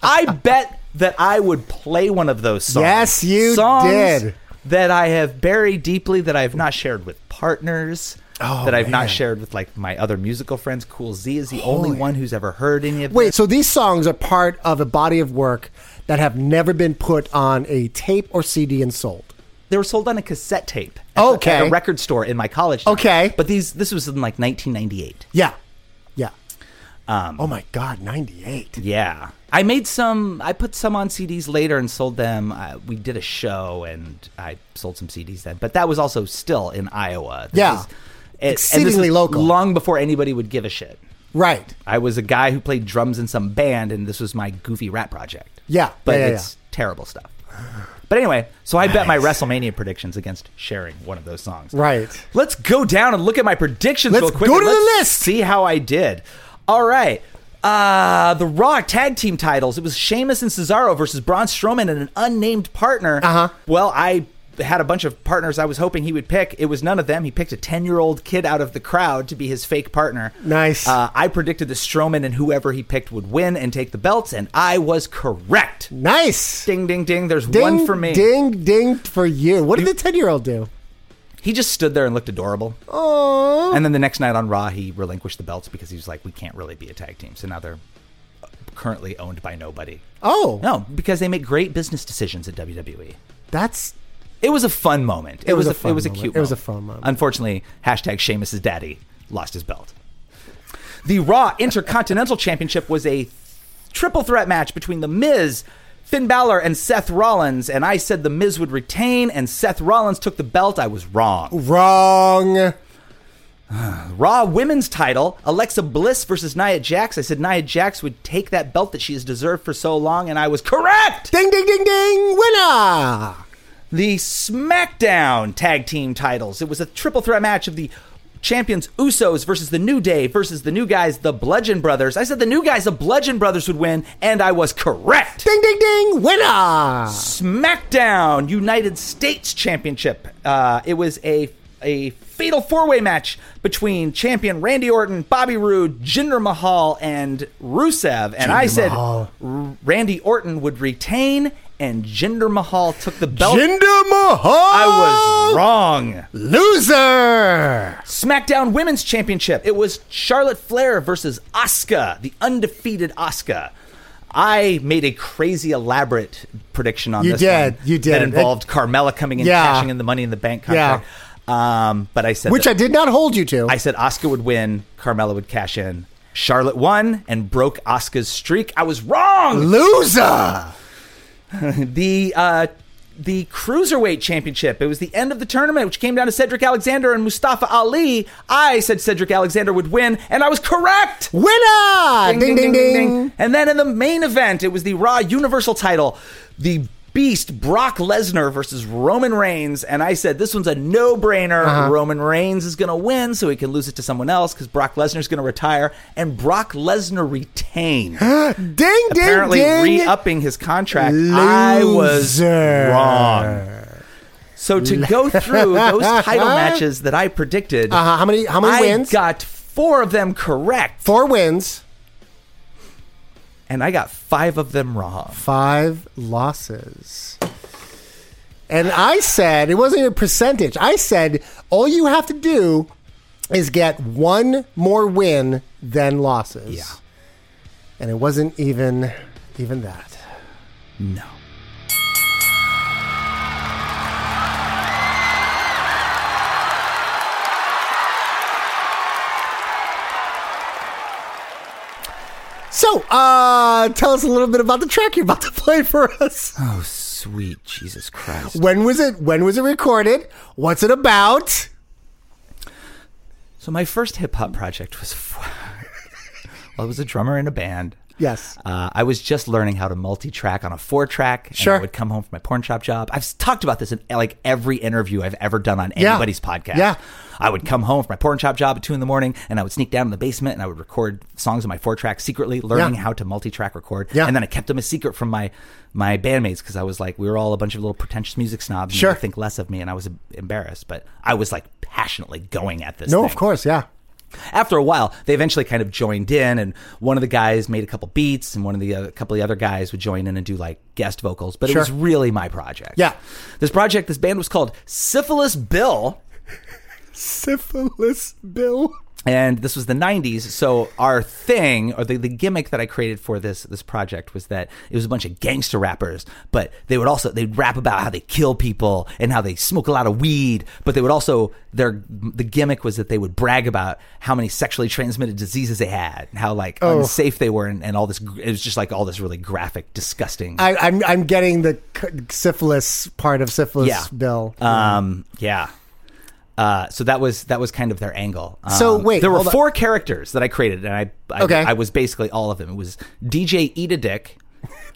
Speaker 5: I bet that I would play one of those songs.
Speaker 4: Yes, you
Speaker 5: songs
Speaker 4: did.
Speaker 5: That I have buried deeply, that I've not shared with partners,
Speaker 4: Oh,
Speaker 5: that I've
Speaker 4: man. Oh,
Speaker 5: not shared with like my other musical friends. Cool Z is the only one who's ever heard any of
Speaker 4: Wait,
Speaker 5: this.
Speaker 4: so these songs are part of a body of work that have never been put on a tape or CD and sold.
Speaker 5: They were sold on a cassette tape. at-
Speaker 4: Okay.
Speaker 5: at a record store in my college. town.
Speaker 4: Okay.
Speaker 5: but these this was in like 1998.
Speaker 4: Yeah, yeah. oh my God, ninety eight.
Speaker 5: Um, Yeah. I made some, I put some on CDs later and sold them. Uh, we did a show and I sold some CDs then, but that was also still in Iowa. This
Speaker 4: Yeah.
Speaker 5: is- it- and this was
Speaker 4: Exceedingly local.
Speaker 5: Long before anybody would give a shit.
Speaker 4: Right.
Speaker 5: I was a guy who played drums in some band and this was my goofy rap project.
Speaker 4: Yeah.
Speaker 5: But
Speaker 4: Yeah, yeah,
Speaker 5: it's terrible stuff. But anyway, so I bet my WrestleMania predictions against sharing one of those songs.
Speaker 4: Right.
Speaker 5: Let's go down and look at my predictions
Speaker 4: Let's
Speaker 5: real quick.
Speaker 4: go
Speaker 5: and
Speaker 4: to the
Speaker 5: let's
Speaker 4: list.
Speaker 5: See how I did. All right. Uh, the Raw tag team titles. It was Sheamus and Cesaro versus Braun Strowman and an unnamed partner.
Speaker 4: Uh-huh.
Speaker 5: Uh huh. Well, I had a bunch of partners I was hoping he would pick. It was none of them. He picked a 10 year old kid out of the crowd to be his fake partner.
Speaker 4: Nice.
Speaker 5: Uh, I predicted that Strowman and whoever he picked would win and take the belts, and I was correct.
Speaker 4: Nice.
Speaker 5: Ding, ding, ding. There's
Speaker 4: Ding,
Speaker 5: one for me.
Speaker 4: Ding, ding for you. What did the ten year old do?
Speaker 5: He just stood there and looked adorable.
Speaker 4: Oh,
Speaker 5: And then the next night on Raw, he relinquished the belts because he was like, we can't really be a tag team. So now they're uh, currently owned by nobody.
Speaker 4: oh,
Speaker 5: No, because they make great business decisions at WWE.
Speaker 4: that's
Speaker 5: It was a fun moment. It,
Speaker 4: was
Speaker 5: was,
Speaker 4: a
Speaker 5: a,
Speaker 4: fun
Speaker 5: it was a
Speaker 4: moment.
Speaker 5: cute.
Speaker 4: It was a
Speaker 5: moment.
Speaker 4: fun moment.
Speaker 5: Unfortunately, hashtag Sheamus' daddy lost his belt. The Raw Intercontinental Championship was a triple threat match between The Miz, Finn Balor, and Seth Rollins. And I said The Miz would retain, and Seth Rollins took the belt. I was wrong.
Speaker 4: wrong.
Speaker 5: Raw women's title, Alexa Bliss versus Nia Jax. I said Nia Jax would take that belt that she has deserved for so long, and I was correct!
Speaker 4: Ding, ding, ding, ding. Winner.
Speaker 5: The SmackDown tag team titles. It was a triple threat match of the champions Usos versus the New Day versus the new guys, the Bludgeon Brothers. I said the new guys, the Bludgeon Brothers, would win, and I was correct!
Speaker 4: Ding, ding, ding. Winner.
Speaker 5: SmackDown United States Championship. Uh, it was a a fatal four way match between champion Randy Orton, Bobby Roode, Jinder Mahal, and Rusev. And I said
Speaker 4: Mahal.
Speaker 5: R- Randy Orton would retain, and Jinder Mahal took the belt.
Speaker 4: Jinder Mahal.
Speaker 5: I was wrong.
Speaker 4: loser.
Speaker 5: SmackDown Women's Championship. It was Charlotte Flair versus Asuka, the undefeated Asuka. I made a crazy elaborate prediction on
Speaker 4: You
Speaker 5: this.
Speaker 4: did,
Speaker 5: one
Speaker 4: you did.
Speaker 5: That involved Carmella coming in,
Speaker 4: Yeah.
Speaker 5: cashing in the Money in the Bank contract. Um, but I said
Speaker 4: Which I
Speaker 5: that-
Speaker 4: did not hold you to.
Speaker 5: I said Asuka would win, Carmella would cash in. Charlotte won and broke Asuka's streak. I was wrong.
Speaker 4: loser.
Speaker 5: the uh, the cruiserweight championship. It was the end of the tournament, which came down to Cedric Alexander and Mustafa Ali. I said Cedric Alexander would win, and I was correct.
Speaker 4: Winner. Ah, Ding ding ding.
Speaker 5: And then in the main event, it was the Raw Universal title. The Beast Brock Lesnar versus Roman Reigns, and I said this one's a no-brainer.
Speaker 4: Uh-huh.
Speaker 5: Roman Reigns is going to win, so he can lose it to someone else because Brock Lesnar's going to retire, and Brock Lesnar retained
Speaker 4: Ding ding
Speaker 5: apparently
Speaker 4: ding.
Speaker 5: re-upping his contract. I was
Speaker 4: Loser.
Speaker 5: wrong. So to go through those title matches that I predicted,
Speaker 4: Uh-huh. How many? How many
Speaker 5: I
Speaker 4: wins?
Speaker 5: got four of them correct,
Speaker 4: Four wins.
Speaker 5: and I got five of them wrong.
Speaker 4: Five losses. And I said it wasn't even a percentage. I said all you have to do is get one more win than losses.
Speaker 5: Yeah.
Speaker 4: And it wasn't even even that.
Speaker 5: No.
Speaker 4: So, uh, tell us a little bit about the track you're about to play for us.
Speaker 5: Oh, sweet Jesus Christ!
Speaker 4: When was it? When was it recorded? What's it about?
Speaker 5: So my first hip hop project was, well, I was a drummer in a band.
Speaker 4: Yes.
Speaker 5: Uh, I was just learning how to multi-track on a four-track. and
Speaker 4: Sure.
Speaker 5: I would come home from my porn shop job. I've s- talked about this in like every interview I've ever done on
Speaker 4: Yeah.
Speaker 5: anybody's podcast.
Speaker 4: Yeah.
Speaker 5: I would come home from my porn shop job at two in the morning, and I would sneak down in the basement and I would record songs on my four-track secretly, learning
Speaker 4: Yeah.
Speaker 5: how to multi-track record.
Speaker 4: Yeah.
Speaker 5: And then I kept them a secret from my my bandmates because I was like, we were all a bunch of little pretentious music snobs.
Speaker 4: Sure.
Speaker 5: And they would think less of me, and I was embarrassed, but I was like passionately going at this.
Speaker 4: No,
Speaker 5: thing
Speaker 4: of course, yeah.
Speaker 5: after a while, they eventually kind of joined in, and one of the guys made a couple beats, and one of the other, couple of the other guys would join in and do like guest vocals. But it
Speaker 4: Sure.
Speaker 5: was really my project.
Speaker 4: Yeah.
Speaker 5: this project, this band was called Syphilis Bill,
Speaker 4: Syphilis Bill.
Speaker 5: and this was the '90s. So our thing, or the, the gimmick that I created for this this project, was that it was a bunch of gangster rappers, but they would also they'd rap about how they kill people and how they smoke a lot of weed, but they would also their the gimmick was that they would brag about how many sexually transmitted diseases they had, and how like unsafe they were, and, and all this. gr- It was just like all this really graphic, disgusting.
Speaker 4: I, I'm I'm getting the c- syphilis part of syphilis
Speaker 5: yeah,
Speaker 4: Bill.
Speaker 5: Um, yeah. Uh, so that was that was kind of their angle. Um,
Speaker 4: So, wait,
Speaker 5: there were
Speaker 4: hold on.
Speaker 5: four characters that I created, and I I,
Speaker 4: Okay.
Speaker 5: I was basically all of them. It was DJ Eat a Dick,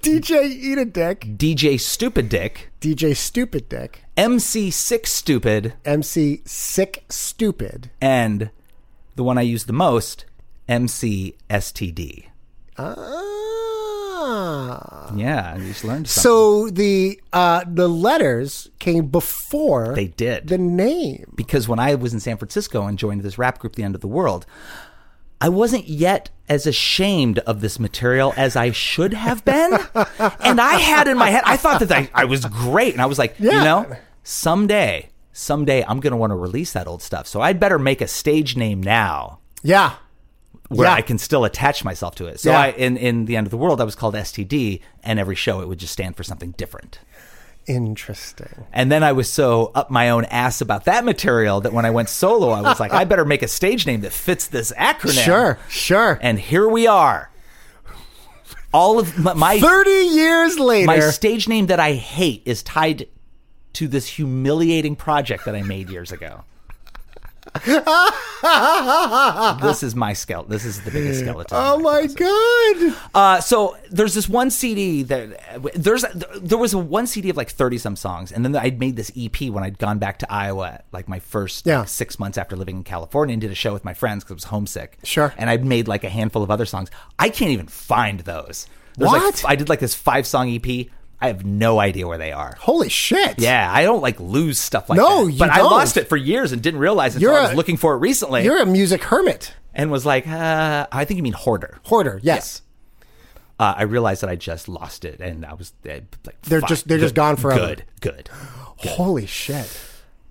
Speaker 4: DJ Eat a Dick,
Speaker 5: DJ Stupid Dick,
Speaker 4: DJ Stupid Dick,
Speaker 5: MC Six Stupid,
Speaker 4: MC Sick Stupid.
Speaker 5: and the one I used the most, MC STD.
Speaker 4: Ah.
Speaker 5: Yeah, I just learned something.
Speaker 4: So the uh, the letters came before
Speaker 5: they did
Speaker 4: the name.
Speaker 5: because when I was in San Francisco and joined this rap group, The End of the World, I wasn't yet as ashamed of this material as I should have been. and I had in my head, I thought that I, I was great. And I was like, you
Speaker 4: Yeah.
Speaker 5: know, someday, someday I'm going to want to release that old stuff. So I'd better make a stage name now
Speaker 4: Yeah.
Speaker 5: where
Speaker 4: Yeah.
Speaker 5: I can still attach myself to it. So
Speaker 4: Yeah.
Speaker 5: I, in, in The End of the World, I was called STD. And every show, it would just stand for something different.
Speaker 4: Interesting.
Speaker 5: And then I was so up my own ass about that material that when I went solo, I was like, I better make a stage name that fits this acronym.
Speaker 4: Sure. Sure.
Speaker 5: And here we are. All of my my,
Speaker 4: Thirty years later.
Speaker 5: my stage name that I hate is tied to this humiliating project that I made years ago. this is my skeleton. This is the biggest skeleton.
Speaker 4: oh my god.
Speaker 5: Uh, so there's this one CD that there's there was a one CD of like thirty some songs, and then I'd made this EP when I'd gone back to Iowa, like my first
Speaker 4: Yeah.
Speaker 5: like, six months after living in California, and did a show with my friends because I was homesick.
Speaker 4: Sure.
Speaker 5: and I'd made like a handful of other songs. I can't even find those. There's
Speaker 4: What?
Speaker 5: Like, I did like this five song EP. I have no idea where they are.
Speaker 4: Holy shit.
Speaker 5: Yeah, I don't like lose stuff like
Speaker 4: No,
Speaker 5: that.
Speaker 4: you
Speaker 5: but I
Speaker 4: don't.
Speaker 5: lost it for years and didn't realize until
Speaker 4: You're
Speaker 5: I was
Speaker 4: a-
Speaker 5: looking for it recently
Speaker 4: You're a music hermit.
Speaker 5: and was like, uh, I think you mean hoarder.
Speaker 4: Hoarder, yes.
Speaker 5: Uh, I realized that I just lost it, and I was uh, like,
Speaker 4: They're
Speaker 5: fuck,
Speaker 4: just- they're just
Speaker 5: good,
Speaker 4: gone forever.
Speaker 5: Good, good.
Speaker 4: Holy shit.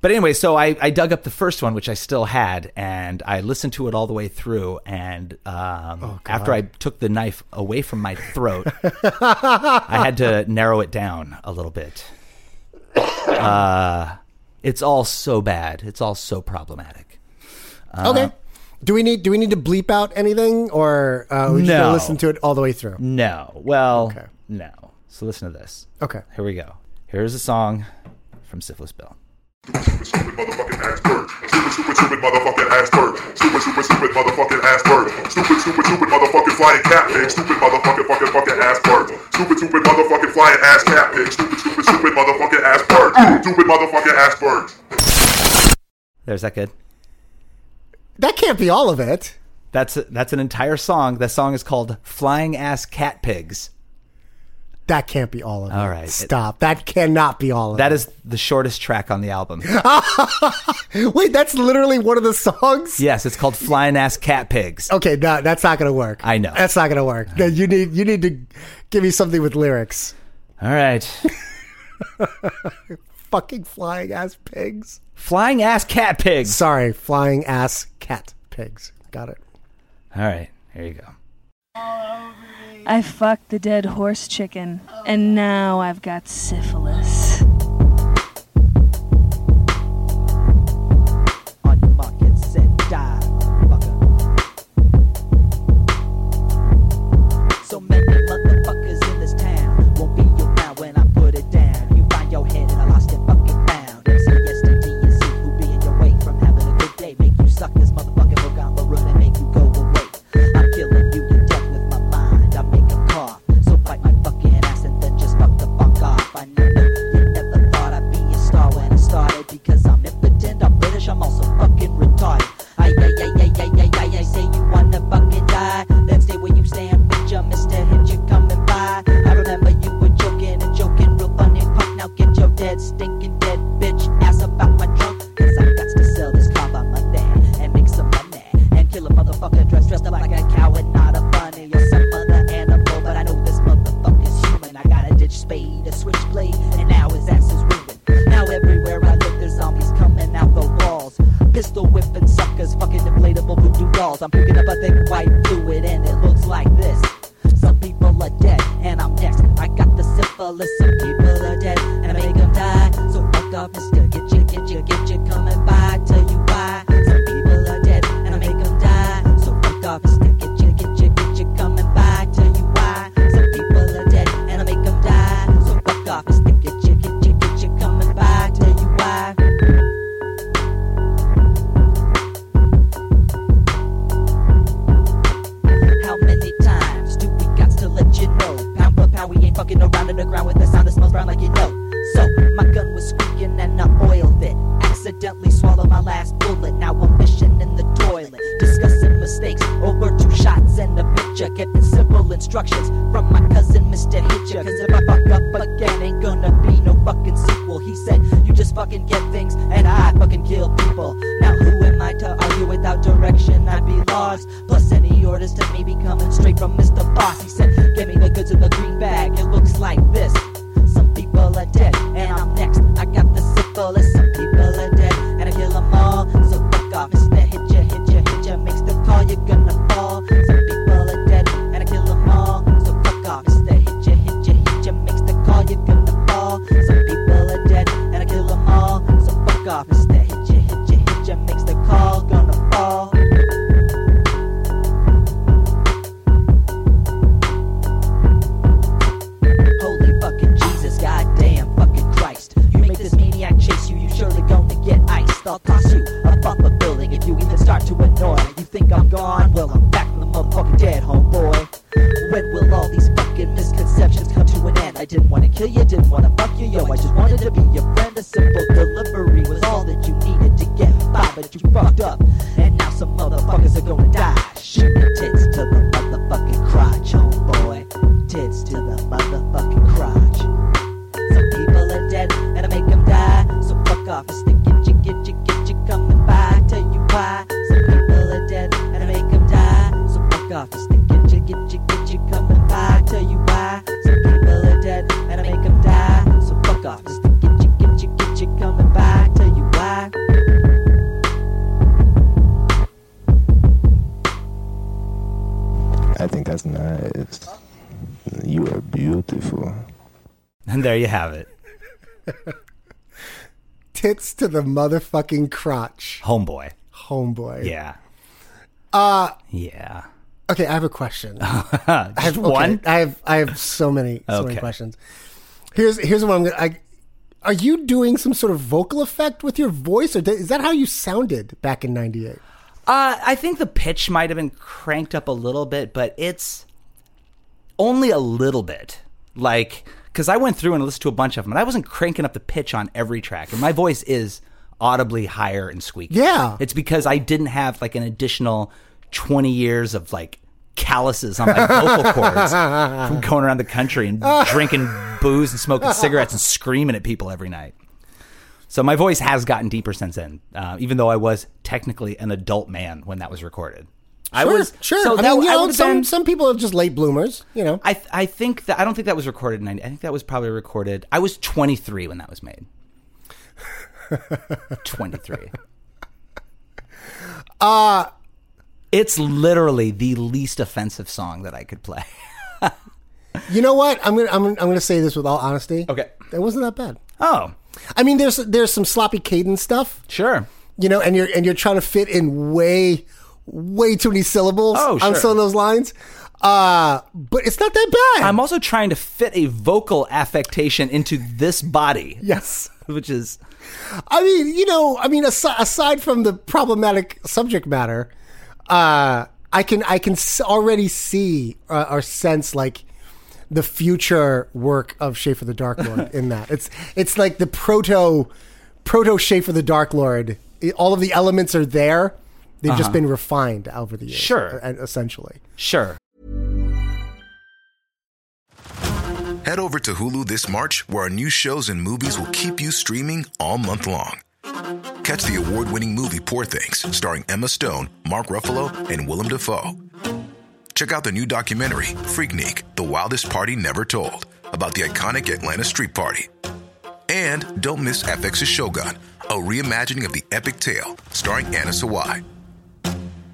Speaker 5: But anyway, so I, I dug up the first one, which I still had, and I listened to it all the way through. And um,
Speaker 4: Oh,
Speaker 5: after I took the knife away from my throat, I had to narrow it down a little bit. Uh, it's all so bad. It's all so problematic. Uh-huh.
Speaker 4: okay. Do we need do we need to bleep out anything or uh, we just
Speaker 5: No.
Speaker 4: gonna listen to it all the way through?
Speaker 5: No. Well,
Speaker 4: Okay.
Speaker 5: no. So listen to this.
Speaker 4: Okay.
Speaker 5: Here we go. Here's a song from Syphilis Bill.
Speaker 6: Stupid, stupid motherfucking ass bird. Stupid, stupid, stupid motherfucking ass bird. Stupid, stupid, stupid motherfucking ass bird. Stupid, stupid, stupid motherfucking flying cat pig. Stupid motherfucking fucking fucking ass bird. Stupid, stupid motherfucking flying ass cat pig. Stupid, stupid, stupid motherfucking ass bird. Stupid motherfucking ass bird.
Speaker 5: There's that good.
Speaker 4: That can't be all of it.
Speaker 5: That's that's an entire song. That song is called "Flying Ass Cat Pigs."
Speaker 4: That can't be all of it.
Speaker 5: All right.
Speaker 4: Stop. That cannot be all of
Speaker 5: That
Speaker 4: it.
Speaker 5: is the shortest track on the album.
Speaker 4: Wait, that's literally one of the songs?
Speaker 5: yes, it's called "Flying Ass Cat Pigs."
Speaker 4: Okay, no, that's not gonna work.
Speaker 5: I know.
Speaker 4: That's not gonna work. Then You need you need to give me something with lyrics.
Speaker 5: All right,
Speaker 4: Fucking flying ass pigs.
Speaker 5: "Flying Ass Cat Pigs."
Speaker 4: Sorry, flying ass cat pigs. Got it.
Speaker 5: All right, here you go.
Speaker 7: I fucked the dead horse chicken, and now I've got syphilis.
Speaker 8: on your mark and set die, fucker. So many motherfuckers in this town won't be around when I put it down. You find your head and I lost it fucking found. MC yesterday and see who be in your way from having a good day. Make you suck this motherfucking book on the road and make you go away. I'm killing you to death with my mind. I make a cough. So bite my fucking ass and then just fuck the fuck off. I never, you never thought I'd be a star when I started because I'm impotent, I'm British, I'm also fucking retarded. I, I, I, I, I, I, I, I say you wanna fucking die. Then stay where you stand, bitch. I'm Mr. Hit, you coming by. I remember you were joking and joking, real funny punk. Now get your dead, stinking dead bitch ass about my trunk. Cause I got to sell this car by Monday and make some money. And kill a motherfucker dressed, dressed up like a cow and not a bunny or some other animal. But I know this motherfucker's human. I got a ditch spade, a switchblade, and now his ass is ruined. Now everywhere I look, there's zombies coming out the walls. Pistol whipping suckers, fucking inflatable voodoo dolls. I'm picking up a thick white fluid and it looks like this. Some people are dead and I'm next. I got the syphilis, some people are dead and I make them die. So fuck off, mister, get you, get you, get you coming by. Tell you why. Some people are dead and I make them die. So fuck off, mister, get you, get you, get you coming by. Tell you why. Some people are dead and I make them die. So fuck off, mister, get you, get you, get you coming by. Tell you why. How many times do we got to let you know? Pound for pound, we ain't fucking around in the ground with a sound that smells brown like you know. So my gun was squeaking and I oiled it. Accidentally swallowed my last bullet. Now I'm fishing in the toilet, discussing mistakes over two shots and a picture. Getting simple instructions from my cousin Mr. Hitcher. Cause if I fuck up again, ain't gonna be no fucking sequel. He said, You just fucking get things and I fucking kill people. Now who am I to argue without direction? I'd be lost. Plus any orders to me be coming straight from Mr. Boss. He said, Give me the goods in the green bag. It looks like this. Some people are dead, and I'm next. I got the syphilis. Some people are dead, and I kill them all. So fuck off, Mr. Hit ya, hit ya, hit ya. Makes the call, you're gonna fall. Some people are dead, and I kill them all. So fuck off, Mr. Hit ya, hit ya, hit ya. Makes the call, you're gonna fall. Some people are dead, and I kill them all. So fuck off, Mr. Hit ya, hit ya, hit ya. Makes the call, gonna fall. Holy fucking Jesus, goddamn fucking Christ. You make this maniac chase you, you surely gonna get iced. I'll toss you up off a building if you even start to annoy. You think I'm gone? Well, I'm back from the motherfucking dead, homeboy. When will all these fucking misconceptions come to an end? I didn't wanna kill you, didn't wanna fuck you, yo. I just wanted to be your friend. A simple delivery was all that you needed to get by, but you fucked up. And now some motherfuckers are gonna die. Shoot the tits to the motherfucking crotch, homeboy. Tits to the motherfucking crotch.
Speaker 5: And there you have it.
Speaker 4: Tits to the motherfucking crotch,
Speaker 5: Homeboy.
Speaker 4: homeboy.
Speaker 5: Yeah. Uh yeah.
Speaker 4: Okay, I have a question.
Speaker 5: Uh-huh. Just
Speaker 4: I have okay,
Speaker 5: one?
Speaker 4: I have I have so many so many
Speaker 5: Okay.
Speaker 4: questions. Here's here's what I'm gonna. I, are you doing some sort of vocal effect with your voice, or th- is that how you sounded back in '98?
Speaker 5: Uh, I think the pitch might have been cranked up a little bit, but it's only a little bit. Like, because I went through and listened to a bunch of them, and I wasn't cranking up the pitch on every track, and my voice is audibly higher and squeaky.
Speaker 4: Yeah.
Speaker 5: It's because I didn't have like an additional 20 years of like calluses on my vocal cords from going around the country and drinking booze and smoking cigarettes and screaming at people every night. So my voice has gotten deeper since then, uh, even though I was technically an adult man when that was recorded. I was
Speaker 4: sure.
Speaker 5: So
Speaker 4: I
Speaker 5: that,
Speaker 4: mean, you
Speaker 5: I
Speaker 4: know,
Speaker 5: would've
Speaker 4: some
Speaker 5: been-
Speaker 4: some people are just late bloomers. You know,
Speaker 5: I th- I think that I don't think that was recorded in 90. I think that was probably recorded. I was 23 when that was made. 23. Uh
Speaker 4: Uh,
Speaker 5: it's literally the least offensive song that I could play.
Speaker 4: you know what? I'm gonna I'm, gonna- I'm gonna say this with all honesty.
Speaker 5: Okay.
Speaker 4: that wasn't that bad.
Speaker 5: Oh,
Speaker 4: I mean, there's there's some sloppy cadence stuff.
Speaker 5: sure.
Speaker 4: you know, and you're and you're trying to fit in way, way too many syllables
Speaker 5: Oh,
Speaker 4: on
Speaker 5: sure.
Speaker 4: some of those lines. Uh, but it's not that bad.
Speaker 5: I'm also trying to fit a vocal affectation into this body,
Speaker 4: yes.
Speaker 5: which is
Speaker 4: I mean, you know, I mean, aside, aside from the problematic subject matter, uh, I can I can s- already see uh, or sense like the future work of Schaefer the Dark Lord in that. It's it's like the proto proto Schaefer the Dark Lord. It- all of the elements are there. They've just been refined over the years.
Speaker 5: Uh-huh. Sure.
Speaker 4: e- essentially.
Speaker 5: sure.
Speaker 9: Head over to Hulu this March, where our new shows and movies will keep you streaming all month long. Catch the award winning movie Poor Things, starring Emma Stone, Mark Ruffalo, and Willem Dafoe. Check out the new documentary, Freaknik The Wildest Party Never Told, about the iconic Atlanta Street Party. And don't miss FX's Shogun, a reimagining of the epic tale, starring Anna Sawai.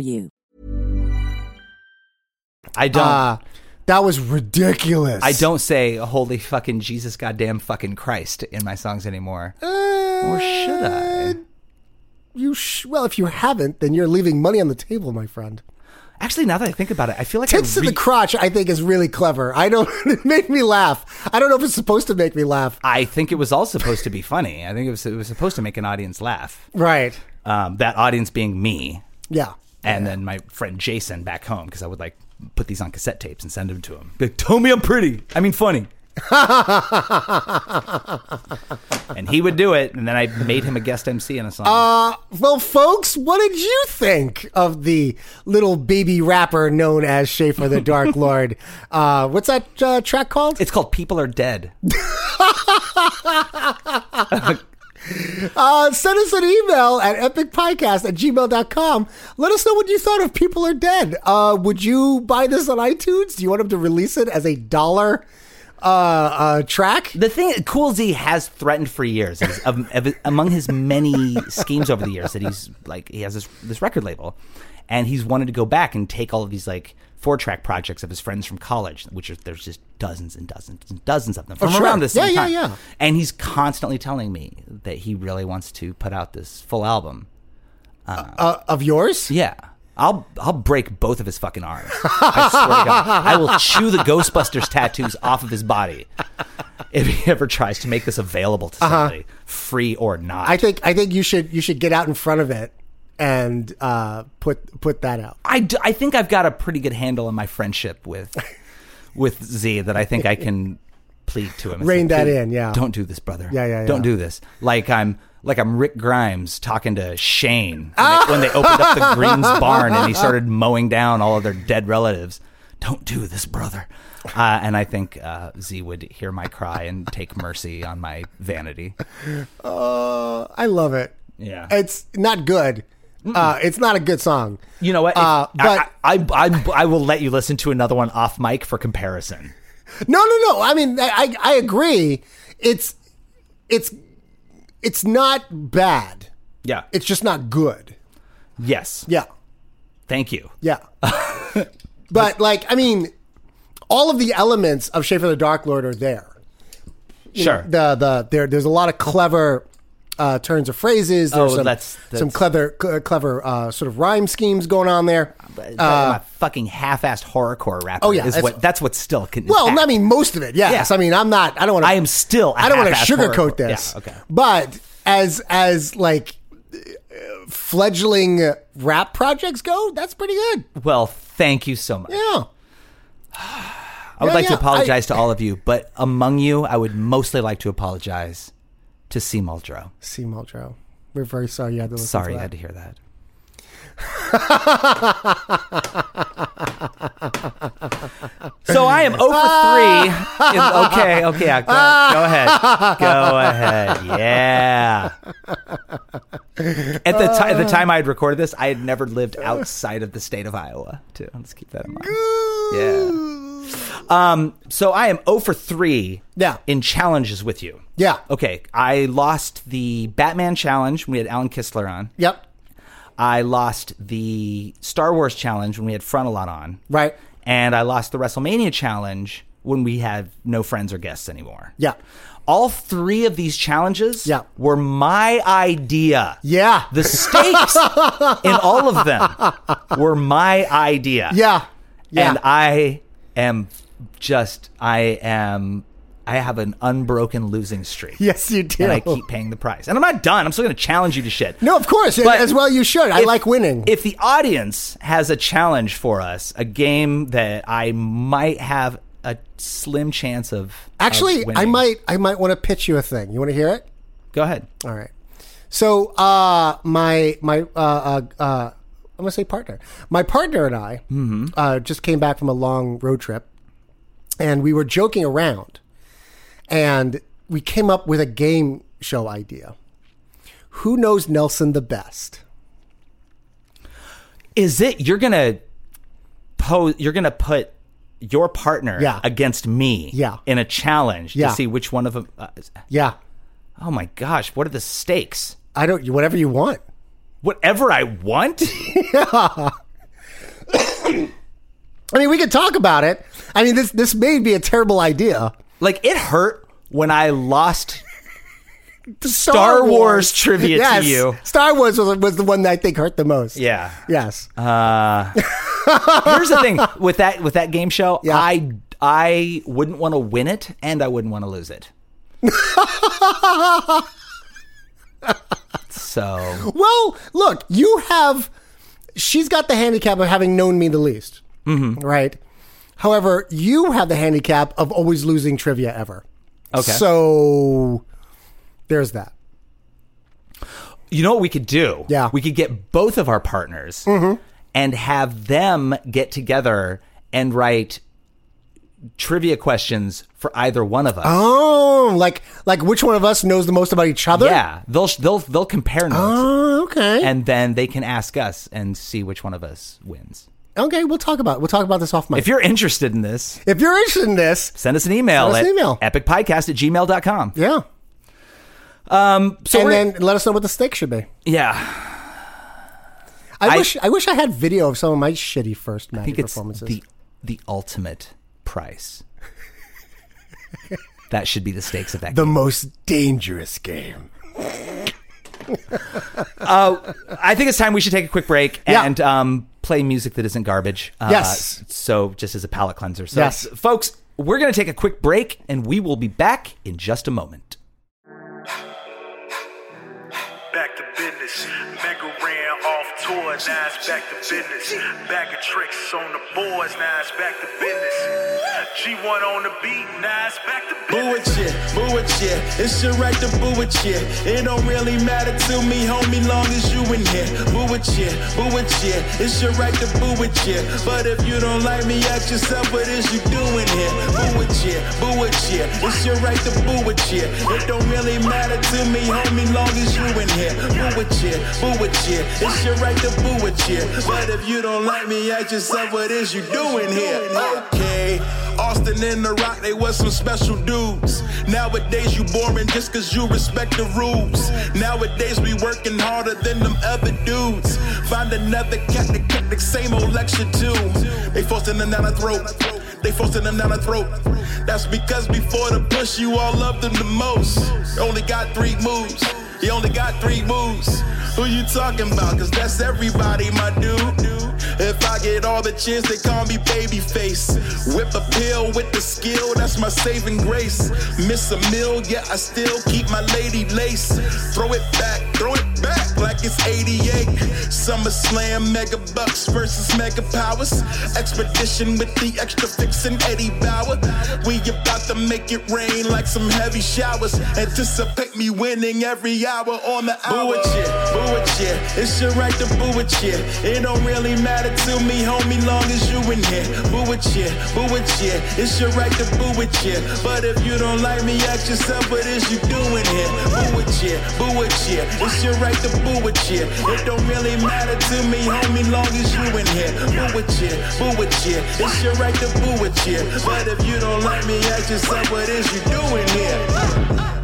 Speaker 8: you.
Speaker 5: I don't
Speaker 4: Uh, that was ridiculous.
Speaker 5: I don't say holy fucking Jesus goddamn fucking Christ in my songs anymore. or should I?
Speaker 4: Uh, You sh- well, if you haven't, then you're leaving money on the table, my friend.
Speaker 5: Actually, now that I think about it, I feel like I
Speaker 4: Tits to
Speaker 5: re-
Speaker 4: the crotch, I think, is really clever. I don't. It made me laugh. I don't know if it's supposed to make me laugh.
Speaker 5: I think it was all supposed to be funny. I think it was it was supposed to make an audience laugh.
Speaker 4: Right.
Speaker 5: Um, that audience being me,
Speaker 4: Yeah.
Speaker 5: and then my friend Jason back home because I would like put these on cassette tapes and send them to him. Be like, tell me I'm pretty. I mean, funny. and he would do it, and then I made him a guest MC in a song.
Speaker 4: Uh, Well, folks, what did you think of the little baby rapper known as Schaefer the Dark Lord? Uh, what's that uh, track called?
Speaker 5: it's called "People Are Dead."
Speaker 4: Uh, send us an email at epicpodcast at gmail.com. Let us know what you thought of People Are Dead. Uh, would you buy this on iTunes? Do you want them to release it as a dollar uh, uh, track?
Speaker 5: The thing, Cool Z has threatened for years is, of, of- among his many schemes over the years that he's like he has this this record label, and he's wanted to go back and take all of these like four track projects of his friends from college, which are, there's just dozens and dozens and dozens of them from
Speaker 4: Oh, sure.
Speaker 5: around this
Speaker 4: Yeah,
Speaker 5: same
Speaker 4: yeah,
Speaker 5: time.
Speaker 4: yeah.
Speaker 5: And he's constantly telling me that he really wants to put out this full album.
Speaker 4: Uh, of yours?
Speaker 5: Yeah. I'll I'll break both of his fucking arms. I swear to God, I will chew the Ghostbusters tattoos off of his body if he ever tries to make this available to
Speaker 4: Uh-huh.
Speaker 5: somebody, free or not.
Speaker 4: I think I think you should you should get out in front of it and uh, put put that out.
Speaker 5: I, d- I think I've got a pretty good handle on my friendship with with Z that I think I can plead to him. and
Speaker 4: Rein
Speaker 5: say,
Speaker 4: that
Speaker 5: "Dude,
Speaker 4: in, yeah.
Speaker 5: Don't do this, brother.
Speaker 4: Yeah, yeah,
Speaker 5: Don't
Speaker 4: yeah.
Speaker 5: do this. Like I'm like I'm Rick Grimes talking to Shane when, they, when they opened up
Speaker 4: Ah!
Speaker 5: the Greens barn and he started mowing down all of their dead relatives. Don't do this, brother. Uh, and I think uh, Z would hear my cry and take mercy on my vanity.
Speaker 4: Uh, I love it.
Speaker 5: Yeah.
Speaker 4: it's not good. Uh, it's not a good song.
Speaker 5: You know what?
Speaker 4: Uh, but
Speaker 5: I, I, I, I will let you listen to another one off mic for comparison.
Speaker 4: No, no, no. I mean, I, I I agree. It's it's it's not bad.
Speaker 5: Yeah.
Speaker 4: It's just not good.
Speaker 5: Yes.
Speaker 4: Yeah,
Speaker 5: Thank you.
Speaker 4: yeah. but like, I mean, all of the elements of Schaefer the Dark Lord are there. You know,
Speaker 5: Sure.
Speaker 4: The the there there's a lot of clever uh, turns of phrases. There's
Speaker 5: Oh,
Speaker 4: some,
Speaker 5: that's-
Speaker 4: some
Speaker 5: that's-
Speaker 4: clever cl- clever uh, sort of rhyme schemes going on there.
Speaker 5: my fucking half-assed horrorcore rapper.
Speaker 4: uh, Oh, yeah,
Speaker 5: is
Speaker 4: that's-
Speaker 5: what that's what's still. Con-
Speaker 4: Well,
Speaker 5: intact.
Speaker 4: I mean, most of it. Yes.
Speaker 5: Yeah.
Speaker 4: I mean, I'm not. I don't want to.
Speaker 5: I am still. I
Speaker 4: I don't want to
Speaker 5: half-assed
Speaker 4: sugarcoat
Speaker 5: horrorcore. Yeah,
Speaker 4: this.
Speaker 5: okay.
Speaker 4: But as as like uh, fledgling rap projects go, that's pretty good.
Speaker 5: Well, thank you so much.
Speaker 4: Yeah.
Speaker 5: I would
Speaker 4: yeah,
Speaker 5: like to
Speaker 4: yeah,
Speaker 5: apologize to all of you, but among you, I would mostly like to apologize to C. Muldrow.
Speaker 4: C. Muldrow, we're very sorry you had to listen.
Speaker 5: Sorry,
Speaker 4: to
Speaker 5: you
Speaker 4: that.
Speaker 5: had to hear that. so I am over three. in- okay, okay, yeah, go, go ahead, go ahead. Yeah. At the time, the time I had recorded this, I had never lived outside of the state of Iowa. Too. Let's keep that in mind. Yeah. Um. So I am over three.
Speaker 4: Yeah.
Speaker 5: In challenges with you.
Speaker 4: Yeah.
Speaker 5: Okay. I lost the Batman challenge. when We had Alan Kistler on.
Speaker 4: Yep.
Speaker 5: I lost the Star Wars challenge when we had Frontalot on.
Speaker 4: Right.
Speaker 5: And I lost the WrestleMania challenge when we had no friends or guests anymore.
Speaker 4: Yeah.
Speaker 5: All three of these challenges
Speaker 4: Yeah.
Speaker 5: were my idea.
Speaker 4: Yeah.
Speaker 5: The stakes in all of them were my idea.
Speaker 4: Yeah. Yeah.
Speaker 5: And I am just, I am, I have an unbroken losing streak.
Speaker 4: yes, you do.
Speaker 5: And I keep paying the price. And I'm not done. I'm still going to challenge you to shit.
Speaker 4: no, of course,
Speaker 5: But
Speaker 4: as well you should. I
Speaker 5: if-
Speaker 4: like winning.
Speaker 5: If the audience has a challenge for us, a game that I might have a slim chance of of
Speaker 4: Actually, I
Speaker 5: winning.
Speaker 4: might I might want to pitch you a thing. You want to hear it?
Speaker 5: Go ahead.
Speaker 4: All right. So uh, my my uh, uh, uh, I'm gonna say partner. My partner and I
Speaker 5: Mm-hmm.
Speaker 4: uh, just came back from a long road trip, and we were joking around, and we came up with a game show idea. Who knows Nelson the best?
Speaker 5: Is it you're gonna pose? You're gonna put your partner
Speaker 4: Yeah.
Speaker 5: against me
Speaker 4: Yeah.
Speaker 5: in a challenge
Speaker 4: Yeah.
Speaker 5: to see which one of them. Uh,
Speaker 4: Yeah,
Speaker 5: oh my gosh! What are the stakes?
Speaker 4: I don't. Whatever you want.
Speaker 5: Whatever I want.
Speaker 4: I mean, we could talk about it. I mean, this this may be a terrible idea.
Speaker 5: like it hurt when I lost Star Wars trivia to
Speaker 4: Yes.
Speaker 5: you.
Speaker 4: Star Wars was, was the one that I think hurt the most.
Speaker 5: Yeah.
Speaker 4: Yes.
Speaker 5: Here's the thing with that with that game show.
Speaker 4: Yeah.
Speaker 5: I I wouldn't want to win it, and I wouldn't want to lose it. so
Speaker 4: Well, look, you have. She's got the handicap of having known me the least, mm-hmm. right? However, you have the handicap of always losing trivia ever.
Speaker 5: Okay.
Speaker 4: So there's that.
Speaker 5: you know what we could do?
Speaker 4: Yeah. Mm-hmm.
Speaker 5: we could get both of our partners and have them get together and write trivia questions for either one of us.
Speaker 4: Oh, like like which one of us knows the most about each other?
Speaker 5: yeah, they'll they'll they'll compare notes.
Speaker 4: Oh, okay.
Speaker 5: And then they can ask us and see which one of us wins.
Speaker 4: okay, we'll talk about we'll talk about this off mic.
Speaker 5: If you're interested in this,
Speaker 4: if you're interested in this,
Speaker 5: send us an email
Speaker 4: Send us
Speaker 5: at
Speaker 4: an email.
Speaker 5: epicpodcast at gmail.com.
Speaker 4: yeah.
Speaker 5: So
Speaker 4: and
Speaker 5: we're-
Speaker 4: then let us know what the stake should be.
Speaker 5: yeah,
Speaker 4: I,
Speaker 5: I-
Speaker 4: wish I wish I had video of some of my shitty first
Speaker 5: I
Speaker 4: magic
Speaker 5: think it's
Speaker 4: performances.
Speaker 5: the the ultimate price. that should be the stakes of that.
Speaker 4: the
Speaker 5: game.
Speaker 4: most dangerous game.
Speaker 5: uh, I think it's time we should take a quick break and um, play music that isn't garbage. Uh,
Speaker 4: Yes.
Speaker 5: So just as a palate cleanser. So,
Speaker 4: Yes.
Speaker 5: folks, we're going to take a quick break and we will be back in just a moment.
Speaker 9: Back to business. Mega ran off tour. Now it's back to business. Back of tricks on the boards. Now it's back to business. G1 on the beat. Now it's back to
Speaker 8: Boo it, yeah, boo it, yeah. It's your right to boo it, yeah. It don't really matter to me, homie, long as you in here. Boo it, yeah, boo it, yeah. It's your right to boo it, yeah. But if you don't like me, ask yourself what is you doing here. Boo it, yeah, boo it, yeah. It's your right to boo it, yeah. It don't really matter to me, homie, long as you in here. Boo it, yeah, boo it, yeah. It's your right to boo it, yeah. But if you don't like me, ask yourself what is you doing here. Okay. Austin and The Rock, they was some special dudes. Nowadays, you boring just cause you respect the rules. Nowadays, we working harder than them other dudes. Find another cat to cut the same old lecture too. They forcing them down our throat. They forcing them down our throat. That's because before the push, you all love them the most. Only got three moves. You only got three moves. Who you talking about? Cause that's everybody, my dude. If I get all the chance, they call me babyface. Whip a pill with the skill, that's my saving grace. Miss a meal, yeah, I still keep my lady lace. Throw it back, throw it back like it's 88. Summer slam, mega bucks versus mega powers. Expedition with the extra fixin' Eddie Bauer. We about to make it rain like some heavy showers. Anticipate me winning every hour on the hour. Boo it, yeah, boo it, yeah. It's your right to boo it, yeah. It don't really matter to me, homie, long as you in here. Boo it, yeah, boo it, yeah. It's your right to boo it, yeah. But if you don't like me, ask yourself what is you doing here. Boo it, yeah, boo it, yeah. It's your right to boo it, yeah. It don't really matter to me, homie, long as you in here. Boo it, yeah, boo it, yeah. It's your right to boo it, yeah. But if you don't like me, ask yourself what is you doing here.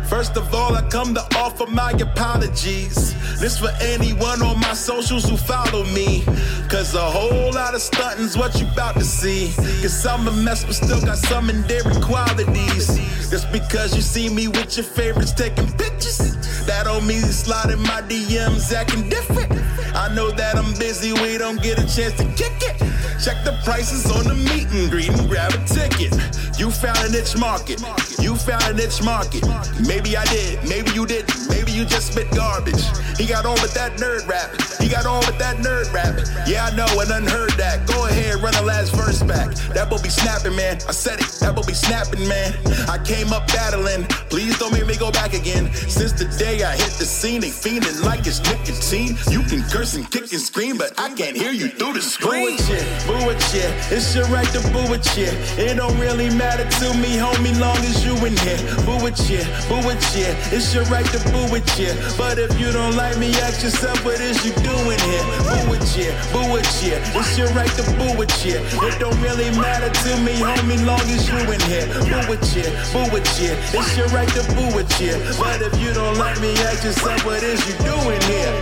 Speaker 8: First of all, I come to offer my apologies. This for anyone on my socials who follow me. Cause a whole lot of stunting's what you about to see. Cause I'm a mess, but still got some endearing qualities. Just because you see me with your favorites taking pictures, that don't mean you slide in my DMs acting different. I know that I'm busy, we don't get a chance to kick it. Check the prices on the meet and greet and grab a ticket. You found a niche market. You found a niche market. Maybe I did, maybe you didn't, maybe you just spit garbage. He got on with that nerd rap. He got on with that nerd rap. Yeah, I know, and unheard that. Go ahead, run the last verse back. That will be snapping, man. I said it, that will be snapping, man. I came up battling. Please don't make me go back again. Since the day I hit the scene, they fiending like it's nicotine. You can curse and kick and scream, but I can't hear you through the screen. Boo it, yeah, boo it, yeah. It's your right to boo it, yeah. It don't really matter to me, homie, long as you in here. Boo it, yeah, boo it, yeah. It's your right to boo it, yeah. But if you don't like me, ask yourself what is you doing here. Boo it, yeah, boo it, yeah. It's your right to boo it, yeah. It don't really matter to me, homie, long as you in here. Boo it, yeah, boo it, yeah. It's your right to boo it, yeah. But if you don't like me, ask yourself what is you doing here.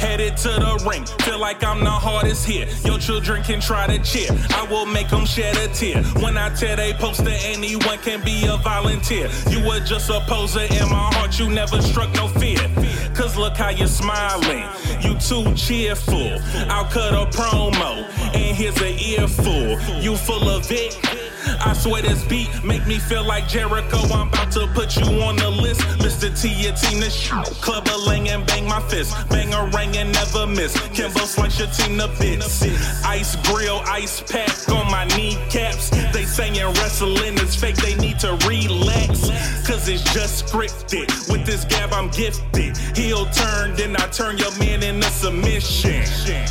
Speaker 10: Headed to the ring, feel like I'm the hardest here. Your children can try to cheer, I will make them shed a tear. When I tear they poster, anyone can be a volunteer. You were just a poser in my heart, you never struck no fear. Cause look how you're smiling, you too cheerful. I'll cut a promo, and here's an earful. You full of it. I swear this beat make me feel like Jericho. I'm about to put you on the list. Listen to your Tina shout. Club a lang and bang my fist. Bang a ring and never miss. Kimbo slice your Tina bits. Ice grill, ice pack on my kneecaps. They saying wrestling is fake. They need to relax. Cause it's just scripted. With this gab, I'm gifted. Heel turn, then I turn your man into submission.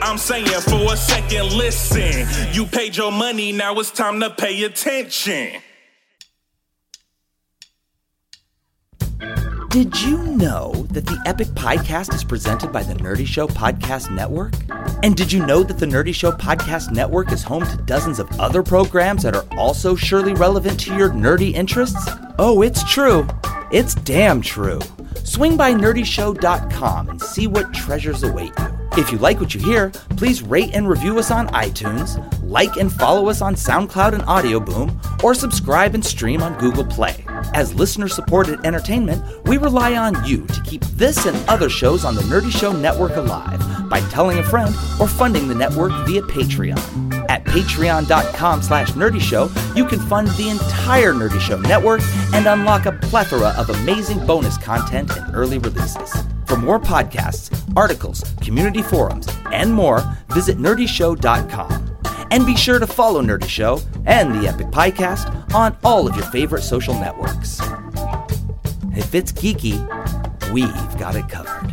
Speaker 10: I'm saying for a second, listen. You paid your money, now it's time to pay attention.
Speaker 5: Did you know that the Epic Podcast is presented by the Nerdy Show Podcast Network? And did you know that the Nerdy Show Podcast Network is home to dozens of other programs that are also surely relevant to your nerdy interests? Oh, it's true. It's damn true. Swing by nerdyshow.com and see what treasures await you. If you like what you hear, please rate and review us on iTunes, like and follow us on SoundCloud and Audio Boom, or subscribe and stream on Google Play. As listener supported entertainment, we rely on you to keep this and other shows on the Nerdy Show Network alive by telling a friend or funding the network via Patreon. At patreon.com slash nerdy show, you can fund the entire Nerdy Show Network and unlock a plethora of amazing bonus content and early releases. For more podcasts, articles, community forums, and more, visit nerdyshow.com. And be sure to follow Nerdy Show and the Epic Podcast on all of your favorite social networks. If it's geeky, we've got it covered.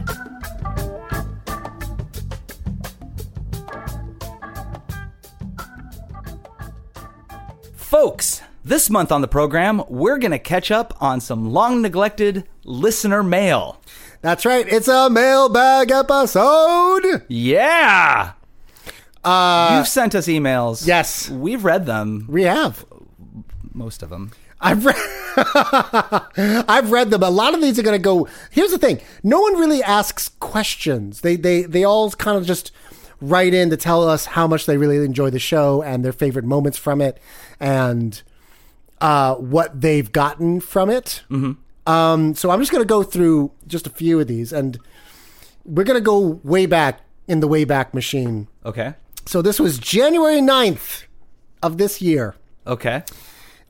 Speaker 5: Folks, this month on the program, we're going to catch up on some long neglected listener mail.
Speaker 4: That's right. It's a mailbag episode.
Speaker 5: Yeah. Uh, You've sent us emails. Yes. We've read them.
Speaker 4: We have.
Speaker 5: Most of them.
Speaker 4: I've read, I've read them. A lot of these are going to go. Here's the thing: no one really asks questions. They they they all kind of just write in to tell us how much they really enjoy the show and their favorite moments from it, and uh, what they've gotten from it. Um, so I'm just going to go through just a few of these, and we're going to go way back in the way back machine.
Speaker 5: Okay.
Speaker 4: So this was January 9th of this year.
Speaker 5: Okay.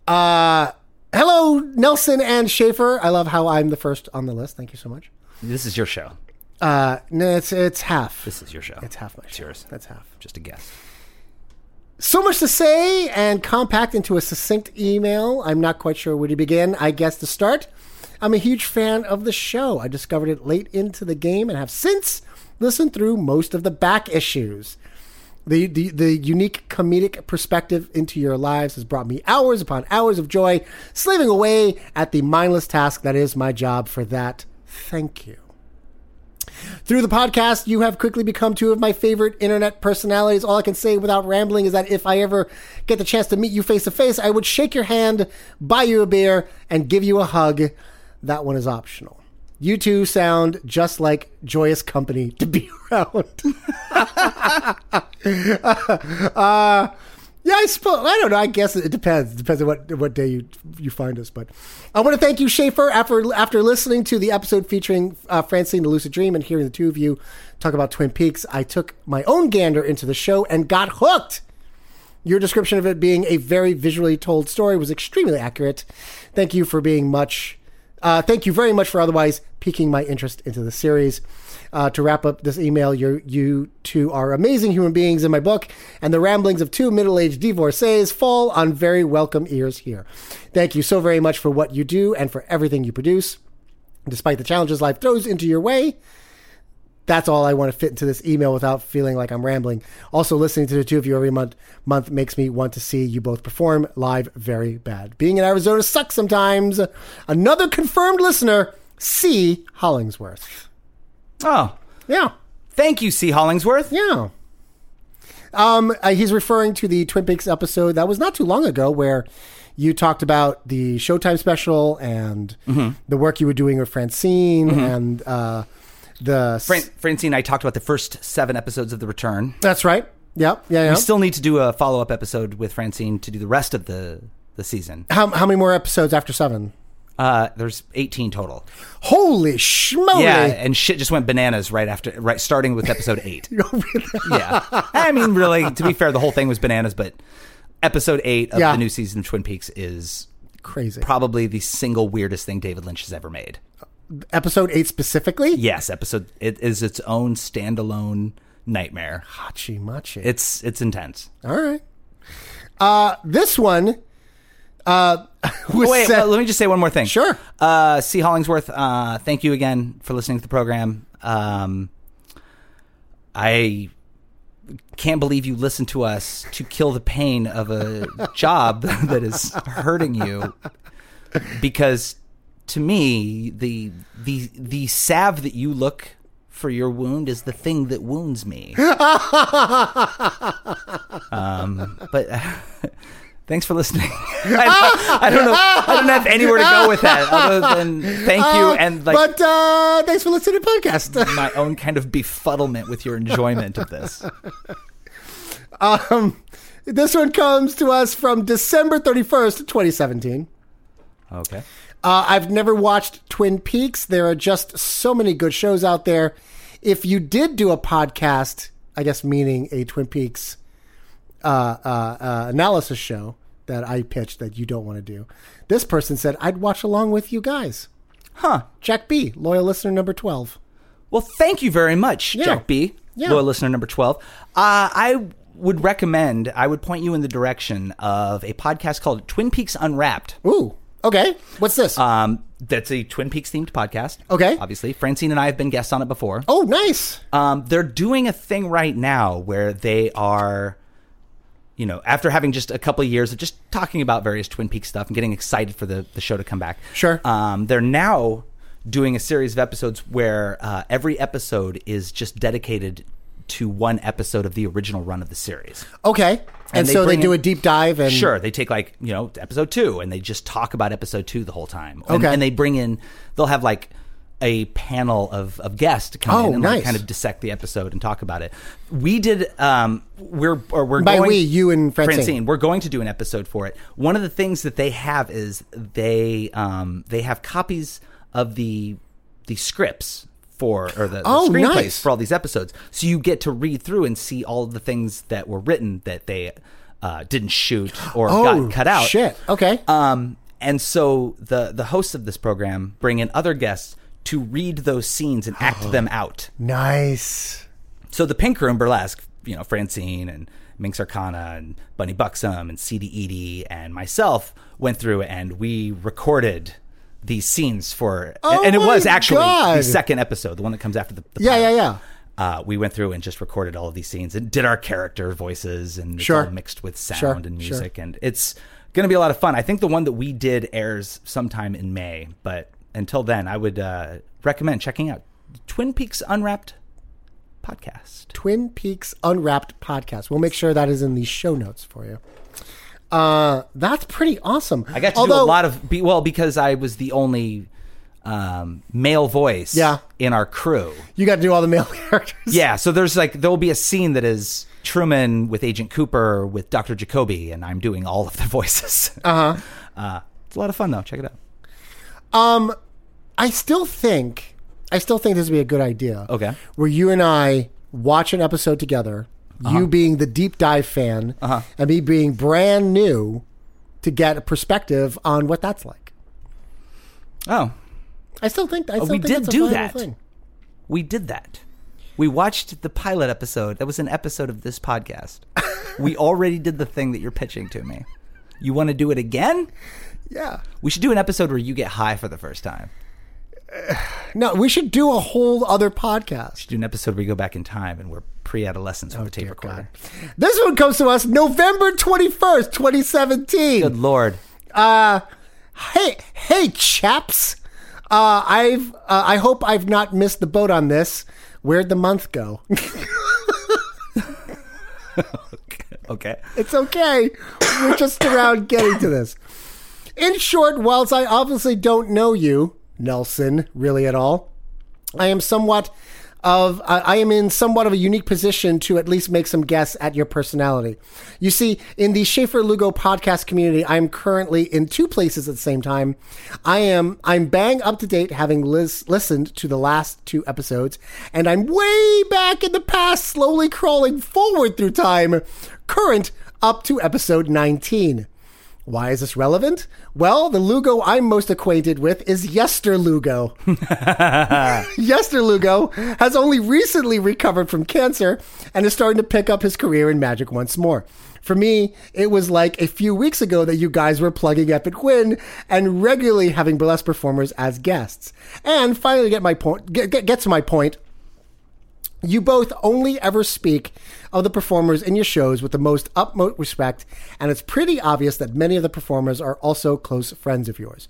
Speaker 4: Uh, hello, Nelson and Schaefer. I love how I'm the first on the list. Thank you so much.
Speaker 5: This is your show.
Speaker 4: Uh, no, it's it's half.
Speaker 5: This is your show.
Speaker 4: It's half my
Speaker 5: It's yours.
Speaker 4: That's half.
Speaker 5: Just a guess.
Speaker 4: So much to say and compact into a succinct email. I'm not quite sure where to begin. I guess to start, I'm a huge fan of the show. I discovered it late into the game and have since listened through most of the back issues. The, the, the unique comedic perspective into your lives has brought me hours upon hours of joy, slaving away at the mindless task that is my job. For that, thank you. Through the podcast, you have quickly become two of my favorite internet personalities. All I can say without rambling is that if I ever get the chance to meet you face to face, I would shake your hand, buy you a beer, and give you a hug. That one is optional. You two sound just like joyous company to be around. uh, yeah, I suppose I don't know. I guess it depends. It depends on what what day you you find us. But I want to thank you, Schaefer, after after listening to the episode featuring uh, Francine the Lucid Dream and hearing the two of you talk about Twin Peaks. I took my own gander into the show and got hooked. Your description of it being a very visually told story was extremely accurate. Thank you for being much. Uh, thank you very much for otherwise piquing my interest into the series. Uh, to wrap up this email, you you two are amazing human beings in my book, and the ramblings of two middle aged divorcees fall on very welcome ears here. Thank you so very much for what you do and for everything you produce. Despite the challenges life throws into your way, that's all I want to fit into this email without feeling like I'm rambling. Also, listening to the two of you every month month makes me want to see you both perform live very bad. Being in Arizona sucks sometimes. Another confirmed listener, C. Hollingsworth.
Speaker 5: Oh,
Speaker 4: yeah.
Speaker 5: Thank you, C. Hollingsworth.
Speaker 4: Yeah. Um, uh, he's referring to the Twin Peaks episode that was not too long ago where you talked about the Showtime special and
Speaker 5: Mhm.
Speaker 4: the work you were doing with Francine
Speaker 5: Mhm.
Speaker 4: and uh, the
Speaker 5: Fran- Francine and I talked about the first seven episodes of The Return.
Speaker 4: That's right. Yep. Yeah. yeah.
Speaker 5: We still need to do a follow up episode with Francine to do the rest of the, the season.
Speaker 4: how, how many more episodes after seven?
Speaker 5: Uh, there's 18 total.
Speaker 4: Holy schmoly!
Speaker 5: Yeah, and shit just went bananas right after, right starting with episode eight. yeah, I mean, really, to be fair, the whole thing was bananas. But episode eight of
Speaker 4: Yeah.
Speaker 5: the new season of Twin Peaks is
Speaker 4: Crazy.
Speaker 5: Probably the single weirdest thing David Lynch has ever made.
Speaker 4: Episode eight specifically.
Speaker 5: Yes, episode it is its own standalone nightmare.
Speaker 4: Hachi machi.
Speaker 5: It's it's intense.
Speaker 4: All right. Uh, this one. Uh, was
Speaker 5: Oh, Wait,
Speaker 4: sent-
Speaker 5: well, let me just say one more thing.
Speaker 4: Sure.
Speaker 5: Uh, C. Hollingsworth, uh, thank you again for listening to the program. Um, I can't believe you listened to us to kill the pain of a job that is hurting you. Because to me, the the the salve that you look for your wound is the thing that wounds me. Um, but thanks for listening. I, I don't know. I don't have anywhere to go with that other than thank you
Speaker 4: Uh,
Speaker 5: and like
Speaker 4: but uh, thanks for listening to the podcast.
Speaker 5: my own kind of befuddlement with your enjoyment of this.
Speaker 4: Um, this one comes to us from December 31st, 2017.
Speaker 5: Okay.
Speaker 4: Uh, I've never watched Twin Peaks. There are just so many good shows out there. If you did do a podcast, I guess meaning a Twin Peaks uh, uh, uh, analysis show that I pitched that you don't want to do, this person said I'd watch along with you guys.
Speaker 5: Huh?
Speaker 4: Jack B, loyal listener number twelve.
Speaker 5: Well, thank you very much, Jack B,
Speaker 4: Yeah.
Speaker 5: loyal listener number 12. Uh, I would recommend, I would point you in the direction of a podcast called Twin Peaks Unwrapped.
Speaker 4: Ooh, okay. What's this?
Speaker 5: Um, that's a Twin Peaks themed podcast.
Speaker 4: Okay.
Speaker 5: Obviously, Francine and I have been guests on it before.
Speaker 4: Oh, nice.
Speaker 5: Um, they're doing a thing right now where they are, you know, after having just a couple of years of just talking about various Twin Peaks stuff and getting excited for the, the show to come back. Sure. Um, they're now doing a series of episodes where uh, every episode is just dedicated to one episode of the original run of the series.
Speaker 4: Okay, and,
Speaker 5: And they
Speaker 4: so they
Speaker 5: bring
Speaker 4: do
Speaker 5: in-
Speaker 4: a deep dive and
Speaker 5: Sure, they take like you know episode two, and they just talk about episode two the whole time. And,
Speaker 4: Okay.
Speaker 5: and they bring in, they'll have like a panel of, of guests to come
Speaker 4: Oh,
Speaker 5: in and like,
Speaker 4: nice.
Speaker 5: kind of dissect the episode and talk about it. We did, um, we're or we're
Speaker 4: By
Speaker 5: going,
Speaker 4: we, you and Francine.
Speaker 5: We're going to do an episode for it. One of the things that they have is they um, they have copies of the the scripts. For, or the, the
Speaker 4: Oh,
Speaker 5: screenplays
Speaker 4: nice.
Speaker 5: for all these episodes, so you get to read through and see all of the things that were written that they uh, didn't shoot or
Speaker 4: Oh,
Speaker 5: got cut out.
Speaker 4: shit. Okay.
Speaker 5: Um, and so the the hosts of this program bring in other guests to read those scenes and
Speaker 4: Oh.
Speaker 5: act them out.
Speaker 4: Nice.
Speaker 5: So the Pink Room Burlesque, you know, Francine and Minx Arcana and Bunny Buxom and CD Edie and myself went through and we recorded these scenes for,
Speaker 4: Oh
Speaker 5: and it
Speaker 4: my
Speaker 5: was actually the
Speaker 4: God.
Speaker 5: second episode, the one that comes after the, the
Speaker 4: Yeah, yeah, yeah.
Speaker 5: uh, we went through and just recorded all of these scenes and did our character voices and it's
Speaker 4: Sure.
Speaker 5: all mixed with sound
Speaker 4: Sure,
Speaker 5: and
Speaker 4: sure.
Speaker 5: music and it's going to be a lot of fun. I think the one that we did airs sometime in May, but until then, I would uh, recommend checking out Twin Peaks Unwrapped podcast.
Speaker 4: Twin Peaks Unwrapped podcast. We'll make sure that is in the show notes for you. Uh, that's pretty awesome.
Speaker 5: I got to do a lot of be, well because I was the only um, male voice
Speaker 4: Yeah.
Speaker 5: in our crew.
Speaker 4: You got to do all the male characters.
Speaker 5: Yeah, so there's like there will be a scene that is Truman with Agent Cooper with Dr. Jacoby, and I'm doing all of the voices.
Speaker 4: Uh huh.
Speaker 5: Uh, it's a lot of fun though. Check it out.
Speaker 4: Um, I still think, I still think this would be a good idea.
Speaker 5: Okay.
Speaker 4: Where you and I watch an episode together,
Speaker 5: Uh-huh.
Speaker 4: you being the deep dive fan, and me being brand new, to get a perspective on what that's like.
Speaker 5: Oh,
Speaker 4: I still think I
Speaker 5: Uh,
Speaker 4: still
Speaker 5: we
Speaker 4: think
Speaker 5: did
Speaker 4: it's a
Speaker 5: do
Speaker 4: viable
Speaker 5: that.
Speaker 4: Thing.
Speaker 5: We did that. We watched the pilot episode. That was an episode of this podcast. we already did the thing that you're pitching to me. You want to do it again?
Speaker 4: Yeah.
Speaker 5: We should do an episode where you get high for the first time.
Speaker 4: No, we should do a whole other podcast.
Speaker 5: Do an episode where we go back in time and we're pre-adolescents with a tape recorder.
Speaker 4: This one comes to us November 21st, 2017. Good
Speaker 5: lord.
Speaker 4: Uh hey hey chaps. Uh I've uh, I hope I've not missed the boat on this. Where'd the month go?
Speaker 5: Okay.
Speaker 4: it's okay. We're just around getting to this. In short, whilst I obviously don't know you, Nelson, really at all, I am somewhat of I I am in somewhat of a unique position to at least make some guess at your personality. You see, in the Schaefer Lugo podcast community, I am currently in two places at the same time. I am I'm bang up to date, having lis- listened to the last two episodes, and I'm way back in the past, slowly crawling forward through time, current up to episode 19. Why is this relevant? Well, the Lugo I'm most acquainted with is Yester Lugo. Yester Lugo has only recently recovered from cancer and is starting to pick up his career in magic once more. For me, it was like a few weeks ago that you guys were plugging Epic Win and regularly having burlesque performers as guests. And finally, get my point. Get, get, get to my point. You both only ever speak of the performers in your shows with the most utmost respect, and it's pretty obvious that many of the performers are also close friends of yours.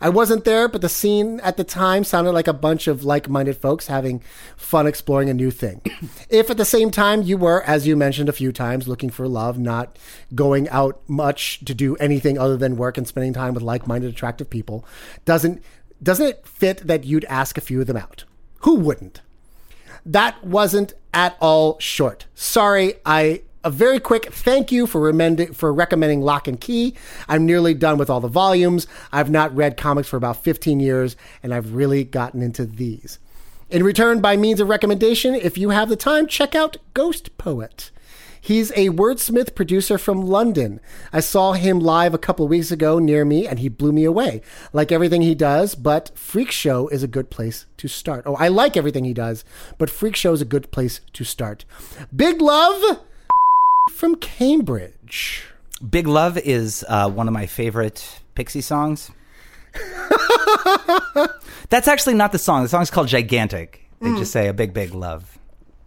Speaker 4: I wasn't there, but the scene at the time sounded like a bunch of like minded folks having fun exploring a new thing. if at the same time you were, as you mentioned a few times, looking for love, not going out much to do anything other than work and spending time with like minded, attractive people, doesn't, doesn't it fit that you'd ask a few of them out? Who wouldn't? that wasn't at all short. Sorry, I a very quick thank you for, remend- for recommending Lock and Key. I'm nearly done with all the volumes. I've not read comics for about 15 years, and I've really gotten into these. In return, by means of recommendation, if you have the time, check out Ghost Poet. He's a wordsmith producer from London. I saw him live a couple of weeks ago near me and he blew me away. Like everything he does, but Freak Show is a good place to start. Oh, I like everything he does, but Freak Show is a good place to start. Big love from Cambridge.
Speaker 5: Big Love is uh, one of my favorite Pixie songs. That's actually not the song. The song's called Gigantic. They
Speaker 4: Mm.
Speaker 5: just say a big, big love.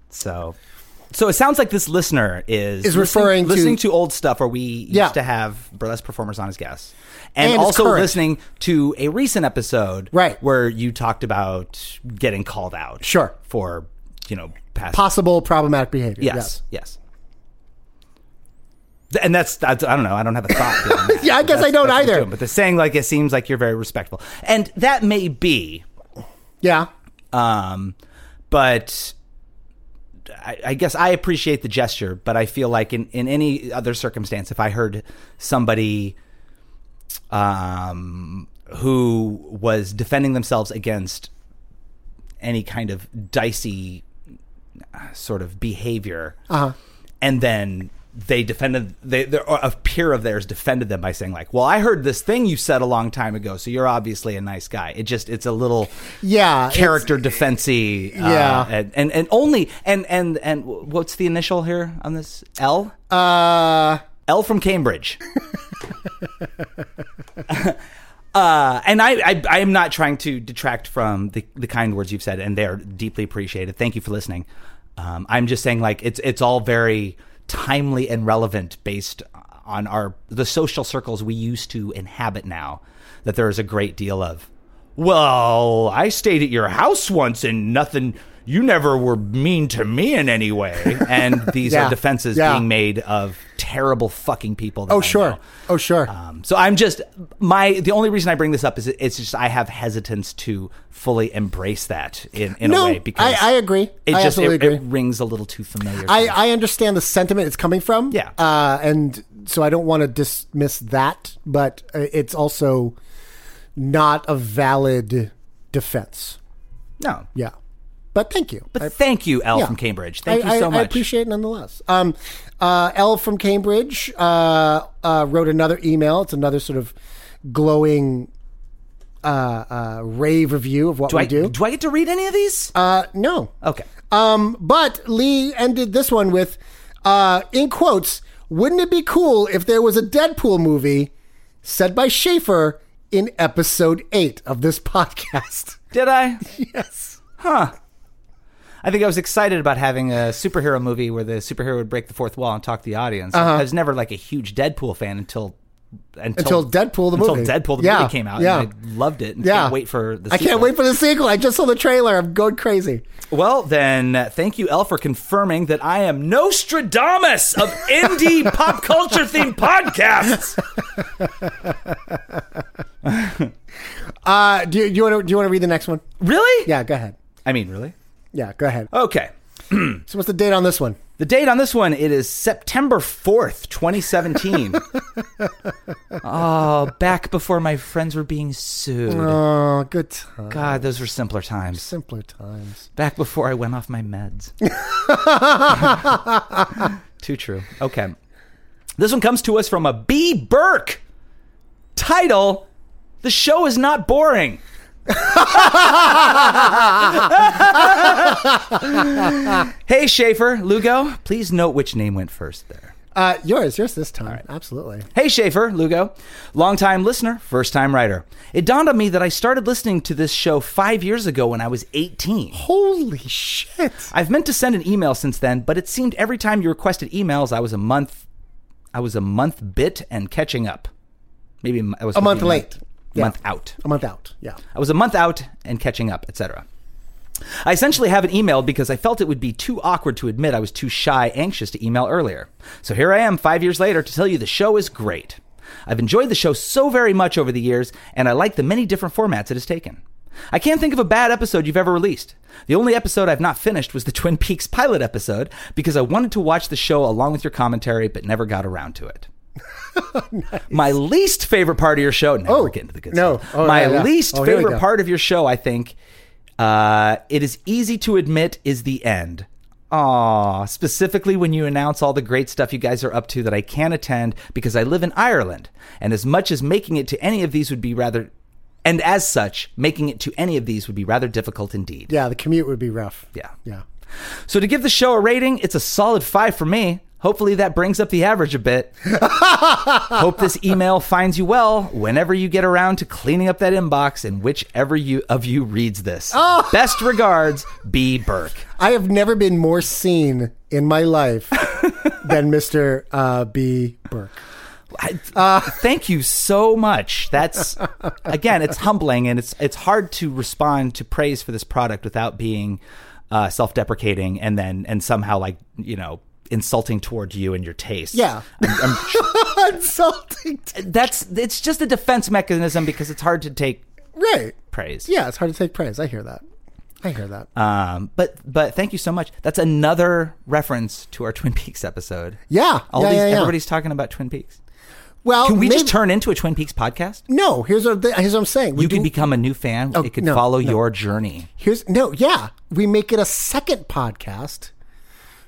Speaker 5: So, so it sounds like this listener is
Speaker 4: Is
Speaker 5: listening-
Speaker 4: referring to-
Speaker 5: listening to old stuff where we used
Speaker 4: Yeah.
Speaker 5: to have burlesque performers on as guests, and,
Speaker 4: And it's
Speaker 5: also
Speaker 4: current.
Speaker 5: listening to a recent episode, right, where you talked about getting called out,
Speaker 4: Sure.
Speaker 5: for you know past
Speaker 4: Possible problematic behavior.
Speaker 5: Yes, yes. Th- And that's, that's I don't know. I don't have a thought. beyond that.
Speaker 4: Yeah, I guess I
Speaker 5: That's-
Speaker 4: don't
Speaker 5: that's what
Speaker 4: either.
Speaker 5: you're doing. But the saying like it seems like you're very respectful, and that may be.
Speaker 4: Yeah.
Speaker 5: Um, but I, I guess I appreciate the gesture, but I feel like in in any other circumstance, if I heard somebody, um, who was defending themselves against any kind of dicey uh, sort of behavior,
Speaker 4: Uh huh.
Speaker 5: and then they defended they there a peer of theirs defended them by saying like well i heard this thing you said a long time ago so you're obviously a nice guy it just it's a little
Speaker 4: Yeah.
Speaker 5: character defensey uh,
Speaker 4: Yeah.
Speaker 5: and, and and only and and and what's the initial here on this l
Speaker 4: uh
Speaker 5: l from cambridge Uh, and I, I, I am not trying to detract from the, the kind words you've said, and they are deeply appreciated. Thank you for listening. Um, I'm just saying, like it's it's all very timely and relevant based on our the social circles we used to inhabit now. That there is a great deal of, well, I stayed at your house once and nothing. You never were mean to me in any way, and these
Speaker 4: Yeah.
Speaker 5: are defenses
Speaker 4: Yeah.
Speaker 5: being made of terrible fucking people. that
Speaker 4: Oh
Speaker 5: I Um,
Speaker 4: sure. Oh sure.
Speaker 5: so I'm just my the only reason I bring this up is it- it's just I have hesitance to fully embrace that in, in
Speaker 4: No,
Speaker 5: a way because
Speaker 4: I- I agree.
Speaker 5: It
Speaker 4: I
Speaker 5: just it,
Speaker 4: absolutely agree.
Speaker 5: it rings a little too familiar. to
Speaker 4: I,
Speaker 5: me.
Speaker 4: I understand the sentiment it's coming from. Yeah. Uh, and so I don't want to dismiss that, but uh, it's also not a valid defense.
Speaker 5: no,
Speaker 4: Yeah. But thank you.
Speaker 5: but
Speaker 4: I-
Speaker 5: thank you, L
Speaker 4: Yeah.
Speaker 5: from Cambridge. Thank
Speaker 4: I-
Speaker 5: you so
Speaker 4: I-
Speaker 5: much.
Speaker 4: I appreciate it nonetheless. Um, uh, L from Cambridge uh, uh, wrote another email. It's another sort of glowing uh, uh, rave review of what
Speaker 5: Do
Speaker 4: we
Speaker 5: I-
Speaker 4: do.
Speaker 5: Do I get to read any of these?
Speaker 4: Uh, no.
Speaker 5: Okay.
Speaker 4: Um, but Lee ended this one with, uh, in quotes, wouldn't it be cool if there was a Deadpool movie said by Schaefer in episode eight of this podcast?
Speaker 5: Did I?
Speaker 4: yes.
Speaker 5: Huh. I think I was excited about having a superhero movie where the superhero would break the fourth wall and talk to the audience.
Speaker 4: Uh-huh.
Speaker 5: I was never like a huge Deadpool fan until until,
Speaker 4: Until Deadpool the
Speaker 5: until
Speaker 4: movie.
Speaker 5: Deadpool the
Speaker 4: Yeah.
Speaker 5: movie came out.
Speaker 4: Yeah.
Speaker 5: and I loved it. And
Speaker 4: Yeah.
Speaker 5: can't wait for the
Speaker 4: I can't
Speaker 5: sequel.
Speaker 4: wait for the sequel. I just saw the trailer. I'm going crazy.
Speaker 5: Well, then, uh, thank you, El, for confirming that I am Nostradamus of indie pop culture themed podcasts.
Speaker 4: Uh, do you, do you want to do you want to read the next one?
Speaker 5: Really?
Speaker 4: Yeah. Go ahead.
Speaker 5: I mean, really?
Speaker 4: Yeah. Go ahead.
Speaker 5: Okay. so,
Speaker 4: what's the date on this one?
Speaker 5: The date on this one it is September 4th, 2017. oh, back before my friends were being sued.
Speaker 4: Oh, good times.
Speaker 5: God, those were simpler times.
Speaker 4: Simpler times.
Speaker 5: Back before I went off my meds. Too true. Okay. This one comes to us from a B Burke. Title The show is not boring. hey Schaefer, Lugo, please note which name went first there.
Speaker 4: Uh, yours, yours this time. Absolutely.
Speaker 5: Hey Schaefer, Lugo, longtime listener, first time writer. It dawned on me that I started listening to this show five years ago when I was 18.
Speaker 4: Holy shit.
Speaker 5: I've meant to send an email since then, but it seemed every time you requested emails, I was a month, I was a month bit and catching up. Maybe m- I was
Speaker 4: A month
Speaker 5: maybe
Speaker 4: late. Yeah.
Speaker 5: month out.
Speaker 4: A month out. Yeah.
Speaker 5: I was a month out and catching up, etc. I essentially haven't emailed because I felt it would be too awkward to admit I was too shy, anxious to email earlier. So here I am, five years later, to tell you the show is great. I've enjoyed the show so very much over the years, and I like the many different formats it has taken. I can't think of a bad episode you've ever released. The only episode I've not finished was the Twin Peaks pilot episode because I wanted to watch the show along with your commentary but never got around to it. My least favorite part of your show. Now we're getting to the good
Speaker 4: No.
Speaker 5: stuff.
Speaker 4: Oh,
Speaker 5: My
Speaker 4: yeah, yeah.
Speaker 5: least
Speaker 4: Oh, here we
Speaker 5: favorite
Speaker 4: go.
Speaker 5: part of your show, I think, uh, it is easy to admit, is the end. Aw, specifically when you announce all the great stuff you guys are up to that I can't attend because I live in Ireland. And as much as making it to any of these would be rather, and as such, making it to any of these would be rather difficult indeed.
Speaker 4: Yeah, the commute would be rough.
Speaker 5: Yeah.
Speaker 4: Yeah.
Speaker 5: So to give the show a rating, it's a solid five for me. Hopefully that brings up the average a bit. Hope this email finds you well whenever you get around to cleaning up that inbox and whichever you of you reads this. Best regards, B. Burke.
Speaker 4: I have never been more seen in my life than Mr. Uh, B. Burke.
Speaker 5: Thank you so much. That's again, it's humbling and it's it's hard to respond to praise for this product without being uh, self-deprecating and then and somehow like you know insulting toward you and your tastes.
Speaker 4: Yeah.
Speaker 5: I'm- I'm
Speaker 4: Insulting.
Speaker 5: that's it's just a defense mechanism because it's hard to take
Speaker 4: Right.
Speaker 5: praise.
Speaker 4: Yeah, it's hard to take praise. I hear that. I hear that.
Speaker 5: Um, but but thank you so much. That's another reference to our Twin Peaks episode.
Speaker 4: Yeah.
Speaker 5: All
Speaker 4: yeah,
Speaker 5: these
Speaker 4: yeah, yeah.
Speaker 5: everybody's talking about Twin Peaks.
Speaker 4: Well,
Speaker 5: Can we
Speaker 4: maybe-
Speaker 5: just turn into a Twin Peaks podcast?
Speaker 4: No, here's what, here's what I'm saying. We
Speaker 5: You
Speaker 4: do-
Speaker 5: could become a new fan.
Speaker 4: Oh,
Speaker 5: it could
Speaker 4: no,
Speaker 5: follow
Speaker 4: no.
Speaker 5: your journey.
Speaker 4: Here's no, yeah. We make it a second podcast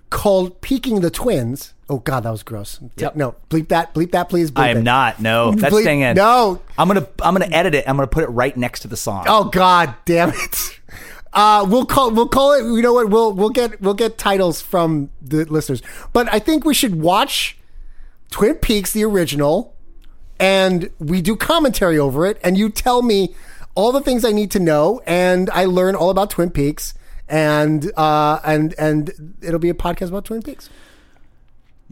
Speaker 4: called Peaking the Twins. Oh God, that was gross.
Speaker 5: Yep.
Speaker 4: No, bleep that, bleep that, please. Bleep
Speaker 5: I am
Speaker 4: it.
Speaker 5: not. No, that's
Speaker 4: Bleep-
Speaker 5: staying in.
Speaker 4: No.
Speaker 5: I'm gonna I'm gonna edit it. I'm gonna put it right next to the song.
Speaker 4: Oh God, damn it. Uh, we'll call we'll call it. You know what? We'll we'll get we'll get titles from the listeners. But I think we should watch Twin Peaks the original, and we do commentary over it. And you tell me all the things I need to know, and I learn all about Twin Peaks. And uh, and and it'll be a podcast about Twin Peaks.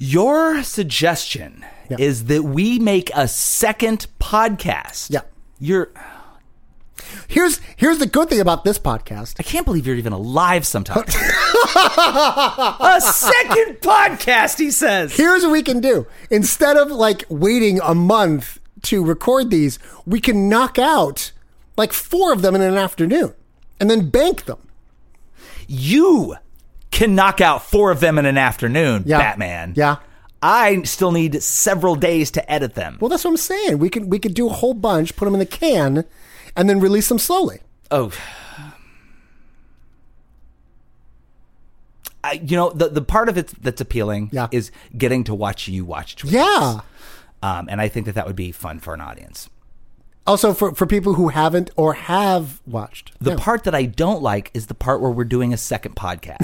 Speaker 5: Your suggestion
Speaker 4: Yeah.
Speaker 5: is that we make a second podcast.
Speaker 4: Yeah.
Speaker 5: You're
Speaker 4: Here's here's the good thing about this podcast.
Speaker 5: I can't believe you're even alive sometimes. a second podcast, he says.
Speaker 4: Here's what we can do. Instead of like waiting a month to record these, we can knock out like four of them in an afternoon and then bank them.
Speaker 5: You can knock out four of them in an afternoon,
Speaker 4: Yeah.
Speaker 5: Batman.
Speaker 4: Yeah.
Speaker 5: I still need several days to edit them.
Speaker 4: Well, that's what I'm saying. We can we could do a whole bunch, put them in the can, and then release them slowly.
Speaker 5: Oh. I, you know the the part of it that's appealing
Speaker 4: Yeah.
Speaker 5: is getting to watch you watch Twin
Speaker 4: Yeah.
Speaker 5: um, and I think that that would be fun for an audience.
Speaker 4: Also for for people who haven't or have watched.
Speaker 5: The
Speaker 4: Yeah.
Speaker 5: part that I don't like is the part where we're doing a second podcast.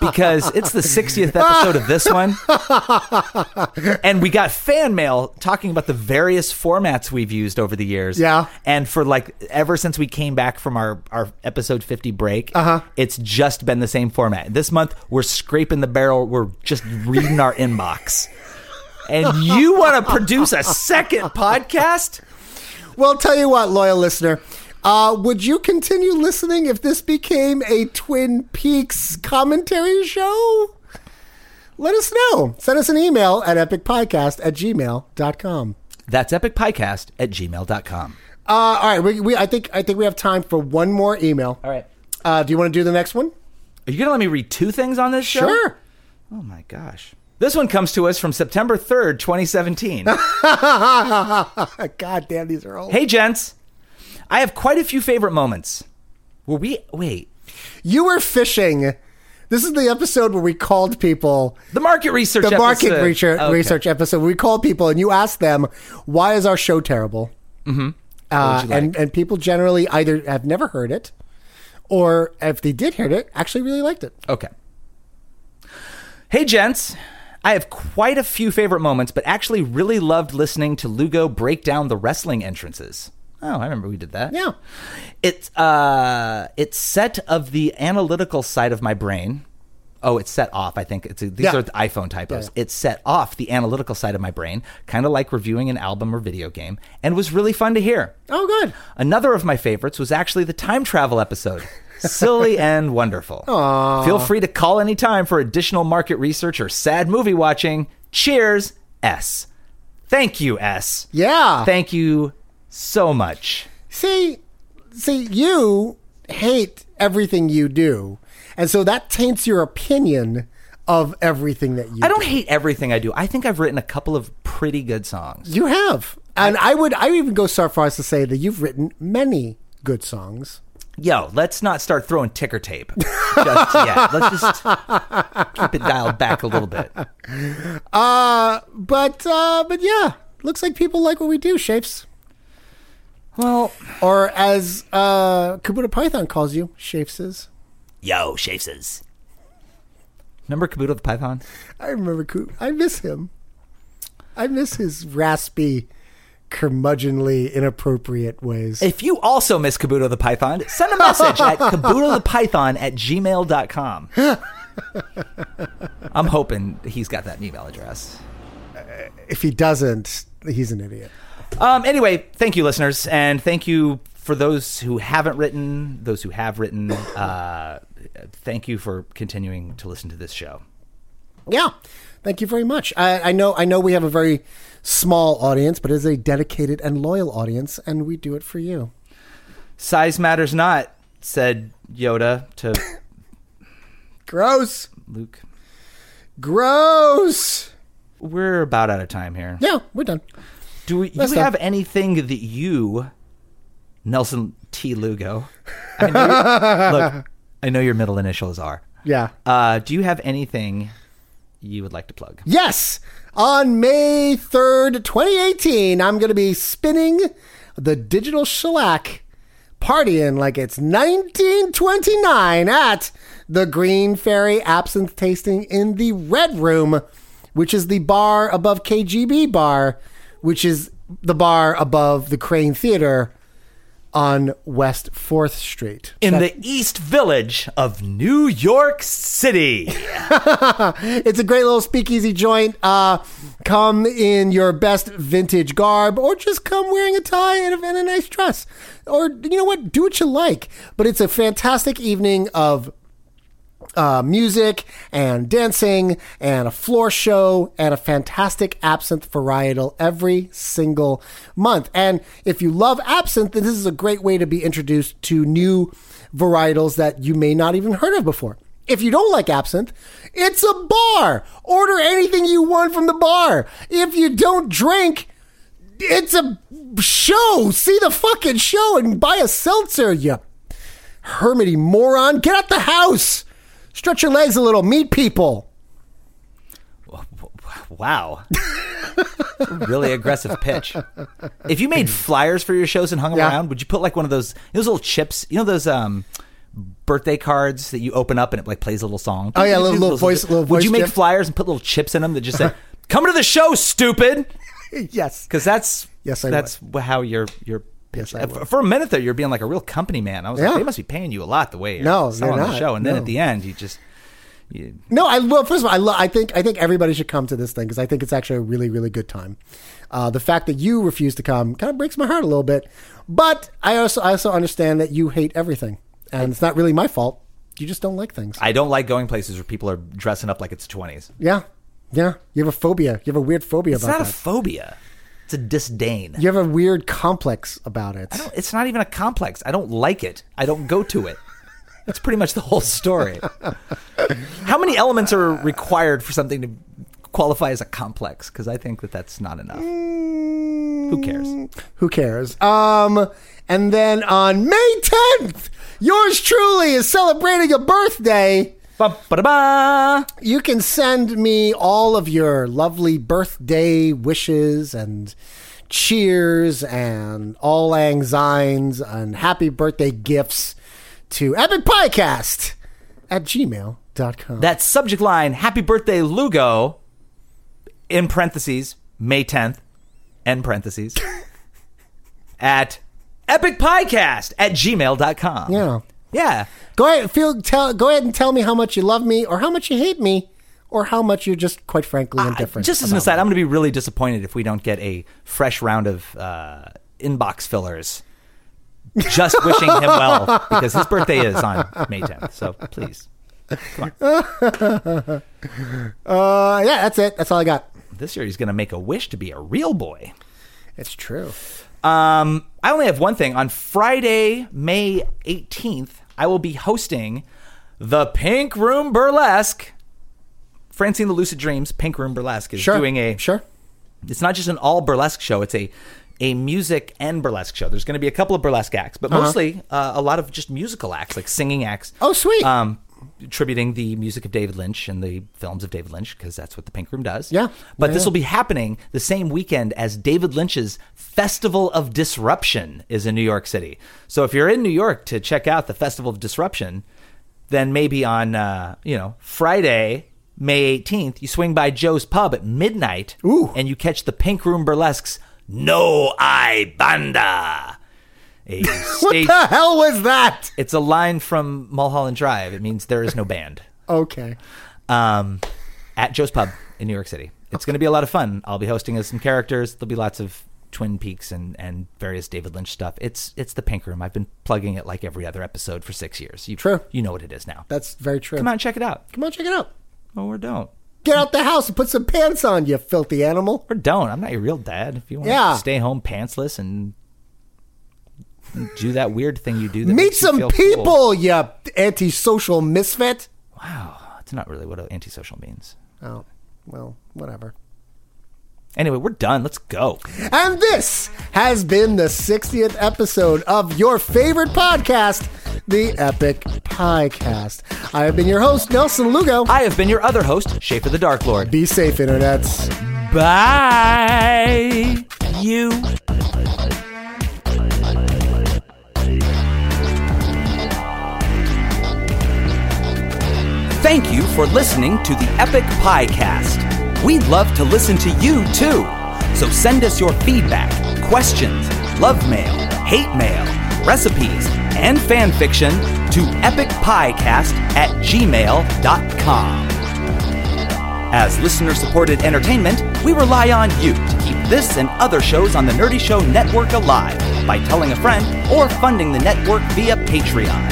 Speaker 5: because it's the 60th episode of this one. And we got fan mail talking about the various formats we've used over the years.
Speaker 4: Yeah.
Speaker 5: And for like ever since we came back from our, our episode 50 break, it's just been the same format. This month, we're scraping the barrel, we're just reading our inbox. And you want to produce a second podcast?
Speaker 4: Well, tell you what, loyal listener, uh, would you continue listening if this became a Twin Peaks commentary show? Let us know. Send us an email at epicpodcast at gmail.com.
Speaker 5: That's epicpodcast at gmail.com.
Speaker 4: Uh, all right, we, we, I, think, I think we have time for one more email.
Speaker 5: All right.
Speaker 4: Uh, do you want to do the next one?
Speaker 5: Are you going to let me read two things on this show?
Speaker 4: Sure.
Speaker 5: Oh my gosh. This one comes to us from September 3rd, 2017.
Speaker 4: God damn, these are old.
Speaker 5: hey, gents. I have quite a few favorite moments. Were we, wait,
Speaker 4: You were fishing. This is the episode where we called people
Speaker 5: the market research
Speaker 4: the market
Speaker 5: episode.
Speaker 4: research,
Speaker 5: Okay.
Speaker 4: research episode. We called people and you asked them, why is our show terrible? Mm-hmm. Uh,
Speaker 5: What would you
Speaker 4: and, and people generally either have never heard it or if they did hear it, actually really liked it.
Speaker 5: Okay. Hey, gents. I have quite a few favorite moments, but actually really loved listening to Lugo break down the wrestling entrances. Oh, I remember we did that.
Speaker 4: Yeah.
Speaker 5: It's uh, it's set of the analytical side of my brain. Oh, it's set off. I think it's these
Speaker 4: Yeah.
Speaker 5: are the iPhone typos.
Speaker 4: Yeah, yeah.
Speaker 5: It's set off the analytical side of my brain, kind of like reviewing an album or video game, and was really fun to hear.
Speaker 4: Oh, good.
Speaker 5: Another of my favorites was actually the time travel episode. Silly and wonderful. Feel free to call anytime for additional market research or sad movie watching. Cheers, S. Thank you, S.
Speaker 4: Yeah.
Speaker 5: Thank you so much.
Speaker 4: See, see, you hate everything you do, and so that taints your opinion of everything that you.
Speaker 5: I don't hate everything I do. I think I've written a couple of pretty good songs.
Speaker 4: You have, and I would, I would even go so far as to say that you've written many good songs.
Speaker 5: Yo, let's not start throwing ticker tape just yet. Let's just keep it dialed back a little bit.
Speaker 4: Uh, but uh, but yeah, looks like people like what we do, shapes.
Speaker 5: Well,
Speaker 4: or as uh, Kubota Python calls you, shapeses.
Speaker 5: Yo, Shapeses. Remember Kabuto the Python?
Speaker 4: I remember. Ku- I miss him. I miss his raspy, curmudgeonly, inappropriate ways.
Speaker 5: If you also miss Kabuto the Python, send a message at kabutothepython at gmail.com. I'm hoping he's got that email address.
Speaker 4: If he doesn't, he's an idiot.
Speaker 5: Um, anyway, thank you, listeners, and thank you for those who haven't written, those who have written. Uh, thank you for continuing to listen to this show.
Speaker 4: Yeah, thank you very much. I, I know. I know we have a very small audience, but it is a dedicated and loyal audience, and we do it for you.
Speaker 5: Size matters not, said Yoda to
Speaker 4: Gross.
Speaker 5: Luke.
Speaker 4: Gross.
Speaker 5: We're about out of time here.
Speaker 4: Yeah, we're done.
Speaker 5: Do we, you
Speaker 4: That's
Speaker 5: have anything that you, Nelson T. Lugo? I know your- look, I know your middle initials are.
Speaker 4: Yeah.
Speaker 5: Uh, do you have anything you would like to plug?
Speaker 4: Yes. On May 3rd, 2018, I'm going to be spinning the digital shellac partying like it's 1929 at the Green Fairy Absinthe Tasting in the Red Room, which is the bar above KGB Bar, which is the bar above the Crane Theater on West 4th Street.
Speaker 5: In the East Village of New York City.
Speaker 4: it's a great little speakeasy joint. Uh, come in your best vintage garb, or just come wearing a tie and a, and a nice dress, or you know what, do what you like. But it's a fantastic evening of uh, music and dancing and a floor show and a fantastic absinthe varietal every single month. And if you love absinthe, then this is a great way to be introduced to new varietals that you may not even heard of before. If you don't like absinthe, it's a bar. Order anything you want from the bar. If you don't drink, it's a show. See the fucking show and buy a seltzer, you hermity moron. Get out the house. Stretch your legs a little. Meet people.
Speaker 5: Wow. really aggressive pitch. If you made flyers for your shows and hung them around, would you put like one of those those little chips, you know those um birthday cards that you open up and it like plays a little song?
Speaker 4: Oh, yeah, little- little
Speaker 5: Those
Speaker 4: voice- little
Speaker 5: Would you
Speaker 4: voice
Speaker 5: make
Speaker 4: chip.
Speaker 5: flyers and put little chips in them that just say, "Come to the show, stupid"?
Speaker 4: yes.
Speaker 5: Cuz that's
Speaker 4: Yes, I
Speaker 5: that's how you're you're pitch.
Speaker 4: I
Speaker 5: Uh, f-
Speaker 4: would.
Speaker 5: for a minute there you're being like a real company man. I was
Speaker 4: Yeah.
Speaker 5: like they must be paying you a lot the way you're
Speaker 4: No, they're
Speaker 5: selling the
Speaker 4: not.
Speaker 5: show and then
Speaker 4: No.
Speaker 5: at the end you just you,
Speaker 4: No, I love. First of all, I love. I think I think everybody should come to this thing because I think it's actually a really really good time. Uh, the fact that you refuse to come kind of breaks my heart a little bit, but I also I also understand that you hate everything, and it's not really my fault. You just don't like things.
Speaker 5: I don't like going places where people are dressing up like it's 20s.
Speaker 4: Yeah, yeah. You have a phobia. You have a weird phobia
Speaker 5: It's
Speaker 4: about
Speaker 5: not
Speaker 4: that.
Speaker 5: a phobia. It's a disdain.
Speaker 4: you have a weird complex about it.
Speaker 5: It's not even a complex. I don't like it. I don't go to it. That's pretty much the whole story. How many elements are required for something to qualify as a complex? Because I think that that's not enough. Who cares?
Speaker 4: Who cares? Um, and then on May 10th, yours truly is celebrating a birthday.
Speaker 5: Ba-ba-da-ba.
Speaker 4: You can send me all of your lovely birthday wishes and cheers and all lang synes and happy birthday gifts to epicpodcast at gmail.com.
Speaker 5: That subject line, Happy Birthday Lugo, in parentheses, May 10th, end parentheses, at epicpodcast at gmail.com.
Speaker 4: yeah.
Speaker 5: Yeah.
Speaker 4: Go ahead, feel, tell, go ahead and tell me how much you love me or how much you hate me or how much you're just quite frankly indifferent.
Speaker 5: Uh, Just as an
Speaker 4: about
Speaker 5: aside, I'm going to be really disappointed if we don't get a fresh round of uh, inbox fillers. Just wishing him well because his birthday is on May 10th. So please,
Speaker 4: uh, yeah, that's it. That's all I got.
Speaker 5: this year he's going to make a wish to be a real boy.
Speaker 4: It's true.
Speaker 5: Um, I only have one thing. On Friday, May 18th, I will be hosting the Pink Room Burlesque. Francine the Lucid Dreams Pink Room Burlesque is doing a
Speaker 4: sure.
Speaker 5: It's not just an all burlesque show. It's a a music and burlesque show. There's going to be a couple of burlesque acts, but
Speaker 4: Uh-huh.
Speaker 5: mostly uh, a lot of just musical acts, like singing acts.
Speaker 4: Oh, sweet.
Speaker 5: Um, tributing the music of David Lynch and the films of David Lynch because that's what the Pink Room does. Yeah. But
Speaker 4: Yeah,
Speaker 5: this
Speaker 4: yeah.
Speaker 5: will be happening the same weekend as David Lynch's Festival of Disruption is in New York City. So if you're in New York to check out the Festival of Disruption, then maybe on uh, you know Friday, May 18th, you swing by Joe's Pub at midnight, and you catch the Pink Room Burlesque's No I Banda. A stage-
Speaker 4: what the hell was that?
Speaker 5: It's a line from Mulholland Drive. It means there is no band.
Speaker 4: Okay.
Speaker 5: Um, at Joe's Pub in New York City. It's going to be a lot of fun. I'll be hosting as some characters. There'll be lots of Twin Peaks and, and various David Lynch stuff. It's it's the Pink Room. I've been plugging it like every other episode for six years. You, True. You know what it is now.
Speaker 4: That's very true.
Speaker 5: Come on, check it out.
Speaker 4: Come on, check it out.
Speaker 5: Oh, or don't.
Speaker 4: Get out the house and put some pants on, you filthy animal.
Speaker 5: Or don't. I'm not your real dad. If you want
Speaker 4: Yeah.
Speaker 5: to stay home pantsless and do that weird thing you do, that
Speaker 4: Meet
Speaker 5: makes you
Speaker 4: some
Speaker 5: feel
Speaker 4: people,
Speaker 5: cool.
Speaker 4: you antisocial misfit.
Speaker 5: That's not really what antisocial means.
Speaker 4: Oh, well, whatever.
Speaker 5: Anyway, we're done. Let's go.
Speaker 4: And this has been the 60th episode of your favorite podcast, The Epic Podcast. I have been your host, Nelson Lugo.
Speaker 5: I have been your other host, Shape of the Dark Lord.
Speaker 4: Be safe, internets.
Speaker 5: Bye. You. Thank you for listening to the Epic Podcast. We'd love to listen to you too. So send us your feedback, questions, love mail, hate mail, recipes, and fan fiction to epicpiecast at gmail.com. As listener supported entertainment, we rely on you to keep this and other shows on the Nerdy Show Network alive by telling a friend or funding the network via Patreon.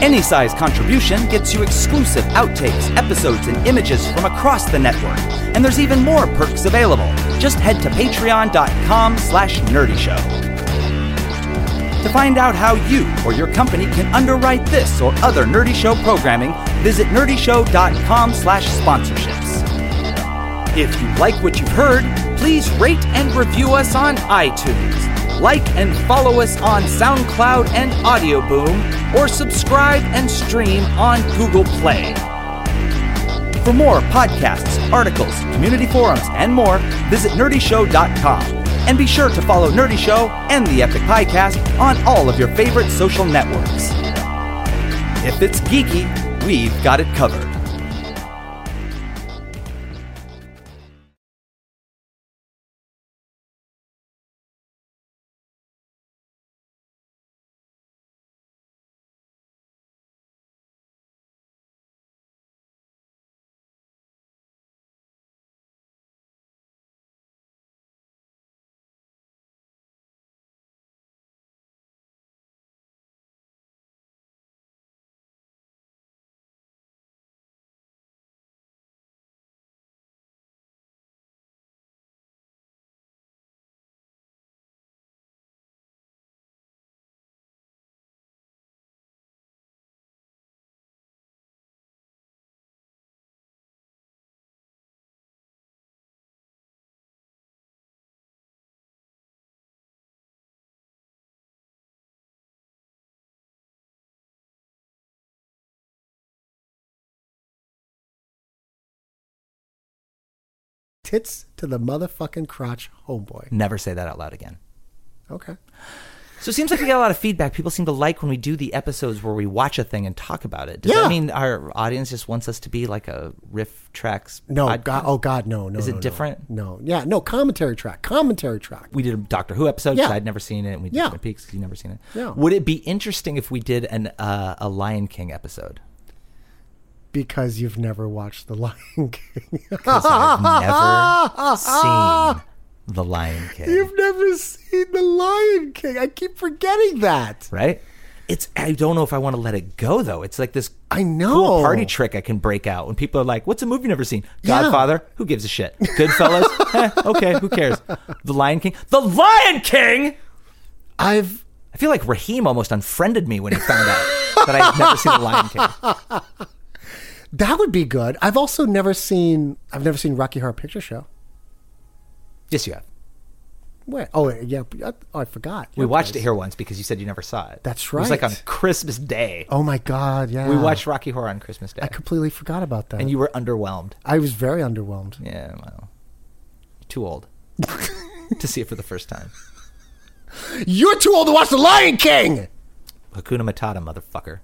Speaker 5: Any size contribution gets you exclusive outtakes, episodes, and images from across the network. And there's even more perks available. Just head to patreon.com slash nerdyshow. To find out how you or your company can underwrite this or other Nerdy Show programming, visit nerdyshow.com slash sponsorships. If you like what you've heard, please rate and review us on iTunes. Like and follow us on SoundCloud and Audioboom, or subscribe and stream on Google Play. For more podcasts, articles, community forums, and more, visit nerdyshow.com. And be sure to follow Nerdy Show and the Epic Podcast on all of your favorite social networks. If it's geeky, we've got it covered.
Speaker 4: Tits to the motherfucking crotch, homeboy.
Speaker 5: Never say that out loud again.
Speaker 4: Okay.
Speaker 5: So it seems like we get a lot of feedback. People seem to like when we do the episodes where we watch a thing and talk about it. Does
Speaker 4: Yeah.
Speaker 5: that mean our audience just wants us to be like a riff tracks?
Speaker 4: No,
Speaker 5: podcast?
Speaker 4: God, oh God, no, no.
Speaker 5: Is
Speaker 4: no,
Speaker 5: it
Speaker 4: no.
Speaker 5: different?
Speaker 4: No, yeah, no. Commentary track, commentary track.
Speaker 5: We did a Doctor Who episode
Speaker 4: Yeah.
Speaker 5: because I'd never seen it, and we did
Speaker 4: Yeah.
Speaker 5: Twin Peaks because you've never seen it.
Speaker 4: Yeah.
Speaker 5: Would it be interesting if we did an uh, a Lion King episode?
Speaker 4: Because you've never watched The Lion King.
Speaker 5: I've never seen The Lion King.
Speaker 4: You've never seen The Lion King. I keep forgetting that.
Speaker 5: Right? It's I don't know if I want to let it go though. It's like this
Speaker 4: I know
Speaker 5: cool party trick I can break out when people are like, "What's a movie you've never seen?" Godfather. Who gives a shit? Goodfellas. eh, okay, who cares? The Lion King. The Lion King.
Speaker 4: I've.
Speaker 5: I feel like Raheem almost unfriended me when he found out that I've never seen The Lion King.
Speaker 4: That would be good. I've also never seen. I've never seen Rocky Horror Picture Show.
Speaker 5: Yes, you have.
Speaker 4: Wait. Oh, wait, yeah. I, oh, I forgot.
Speaker 5: We watched it here once because you said you never saw it.
Speaker 4: That's
Speaker 5: It was like on
Speaker 4: right.
Speaker 5: Christmas Day.
Speaker 4: Oh my God! Yeah.
Speaker 5: We watched Rocky Horror on Christmas Day,
Speaker 4: I completely forgot about that.
Speaker 5: and you were underwhelmed.
Speaker 4: I was very underwhelmed.
Speaker 5: Yeah, well, too old to see it for the first time.
Speaker 4: You're too old to watch The Lion King.
Speaker 5: Hakuna Matata, motherfucker.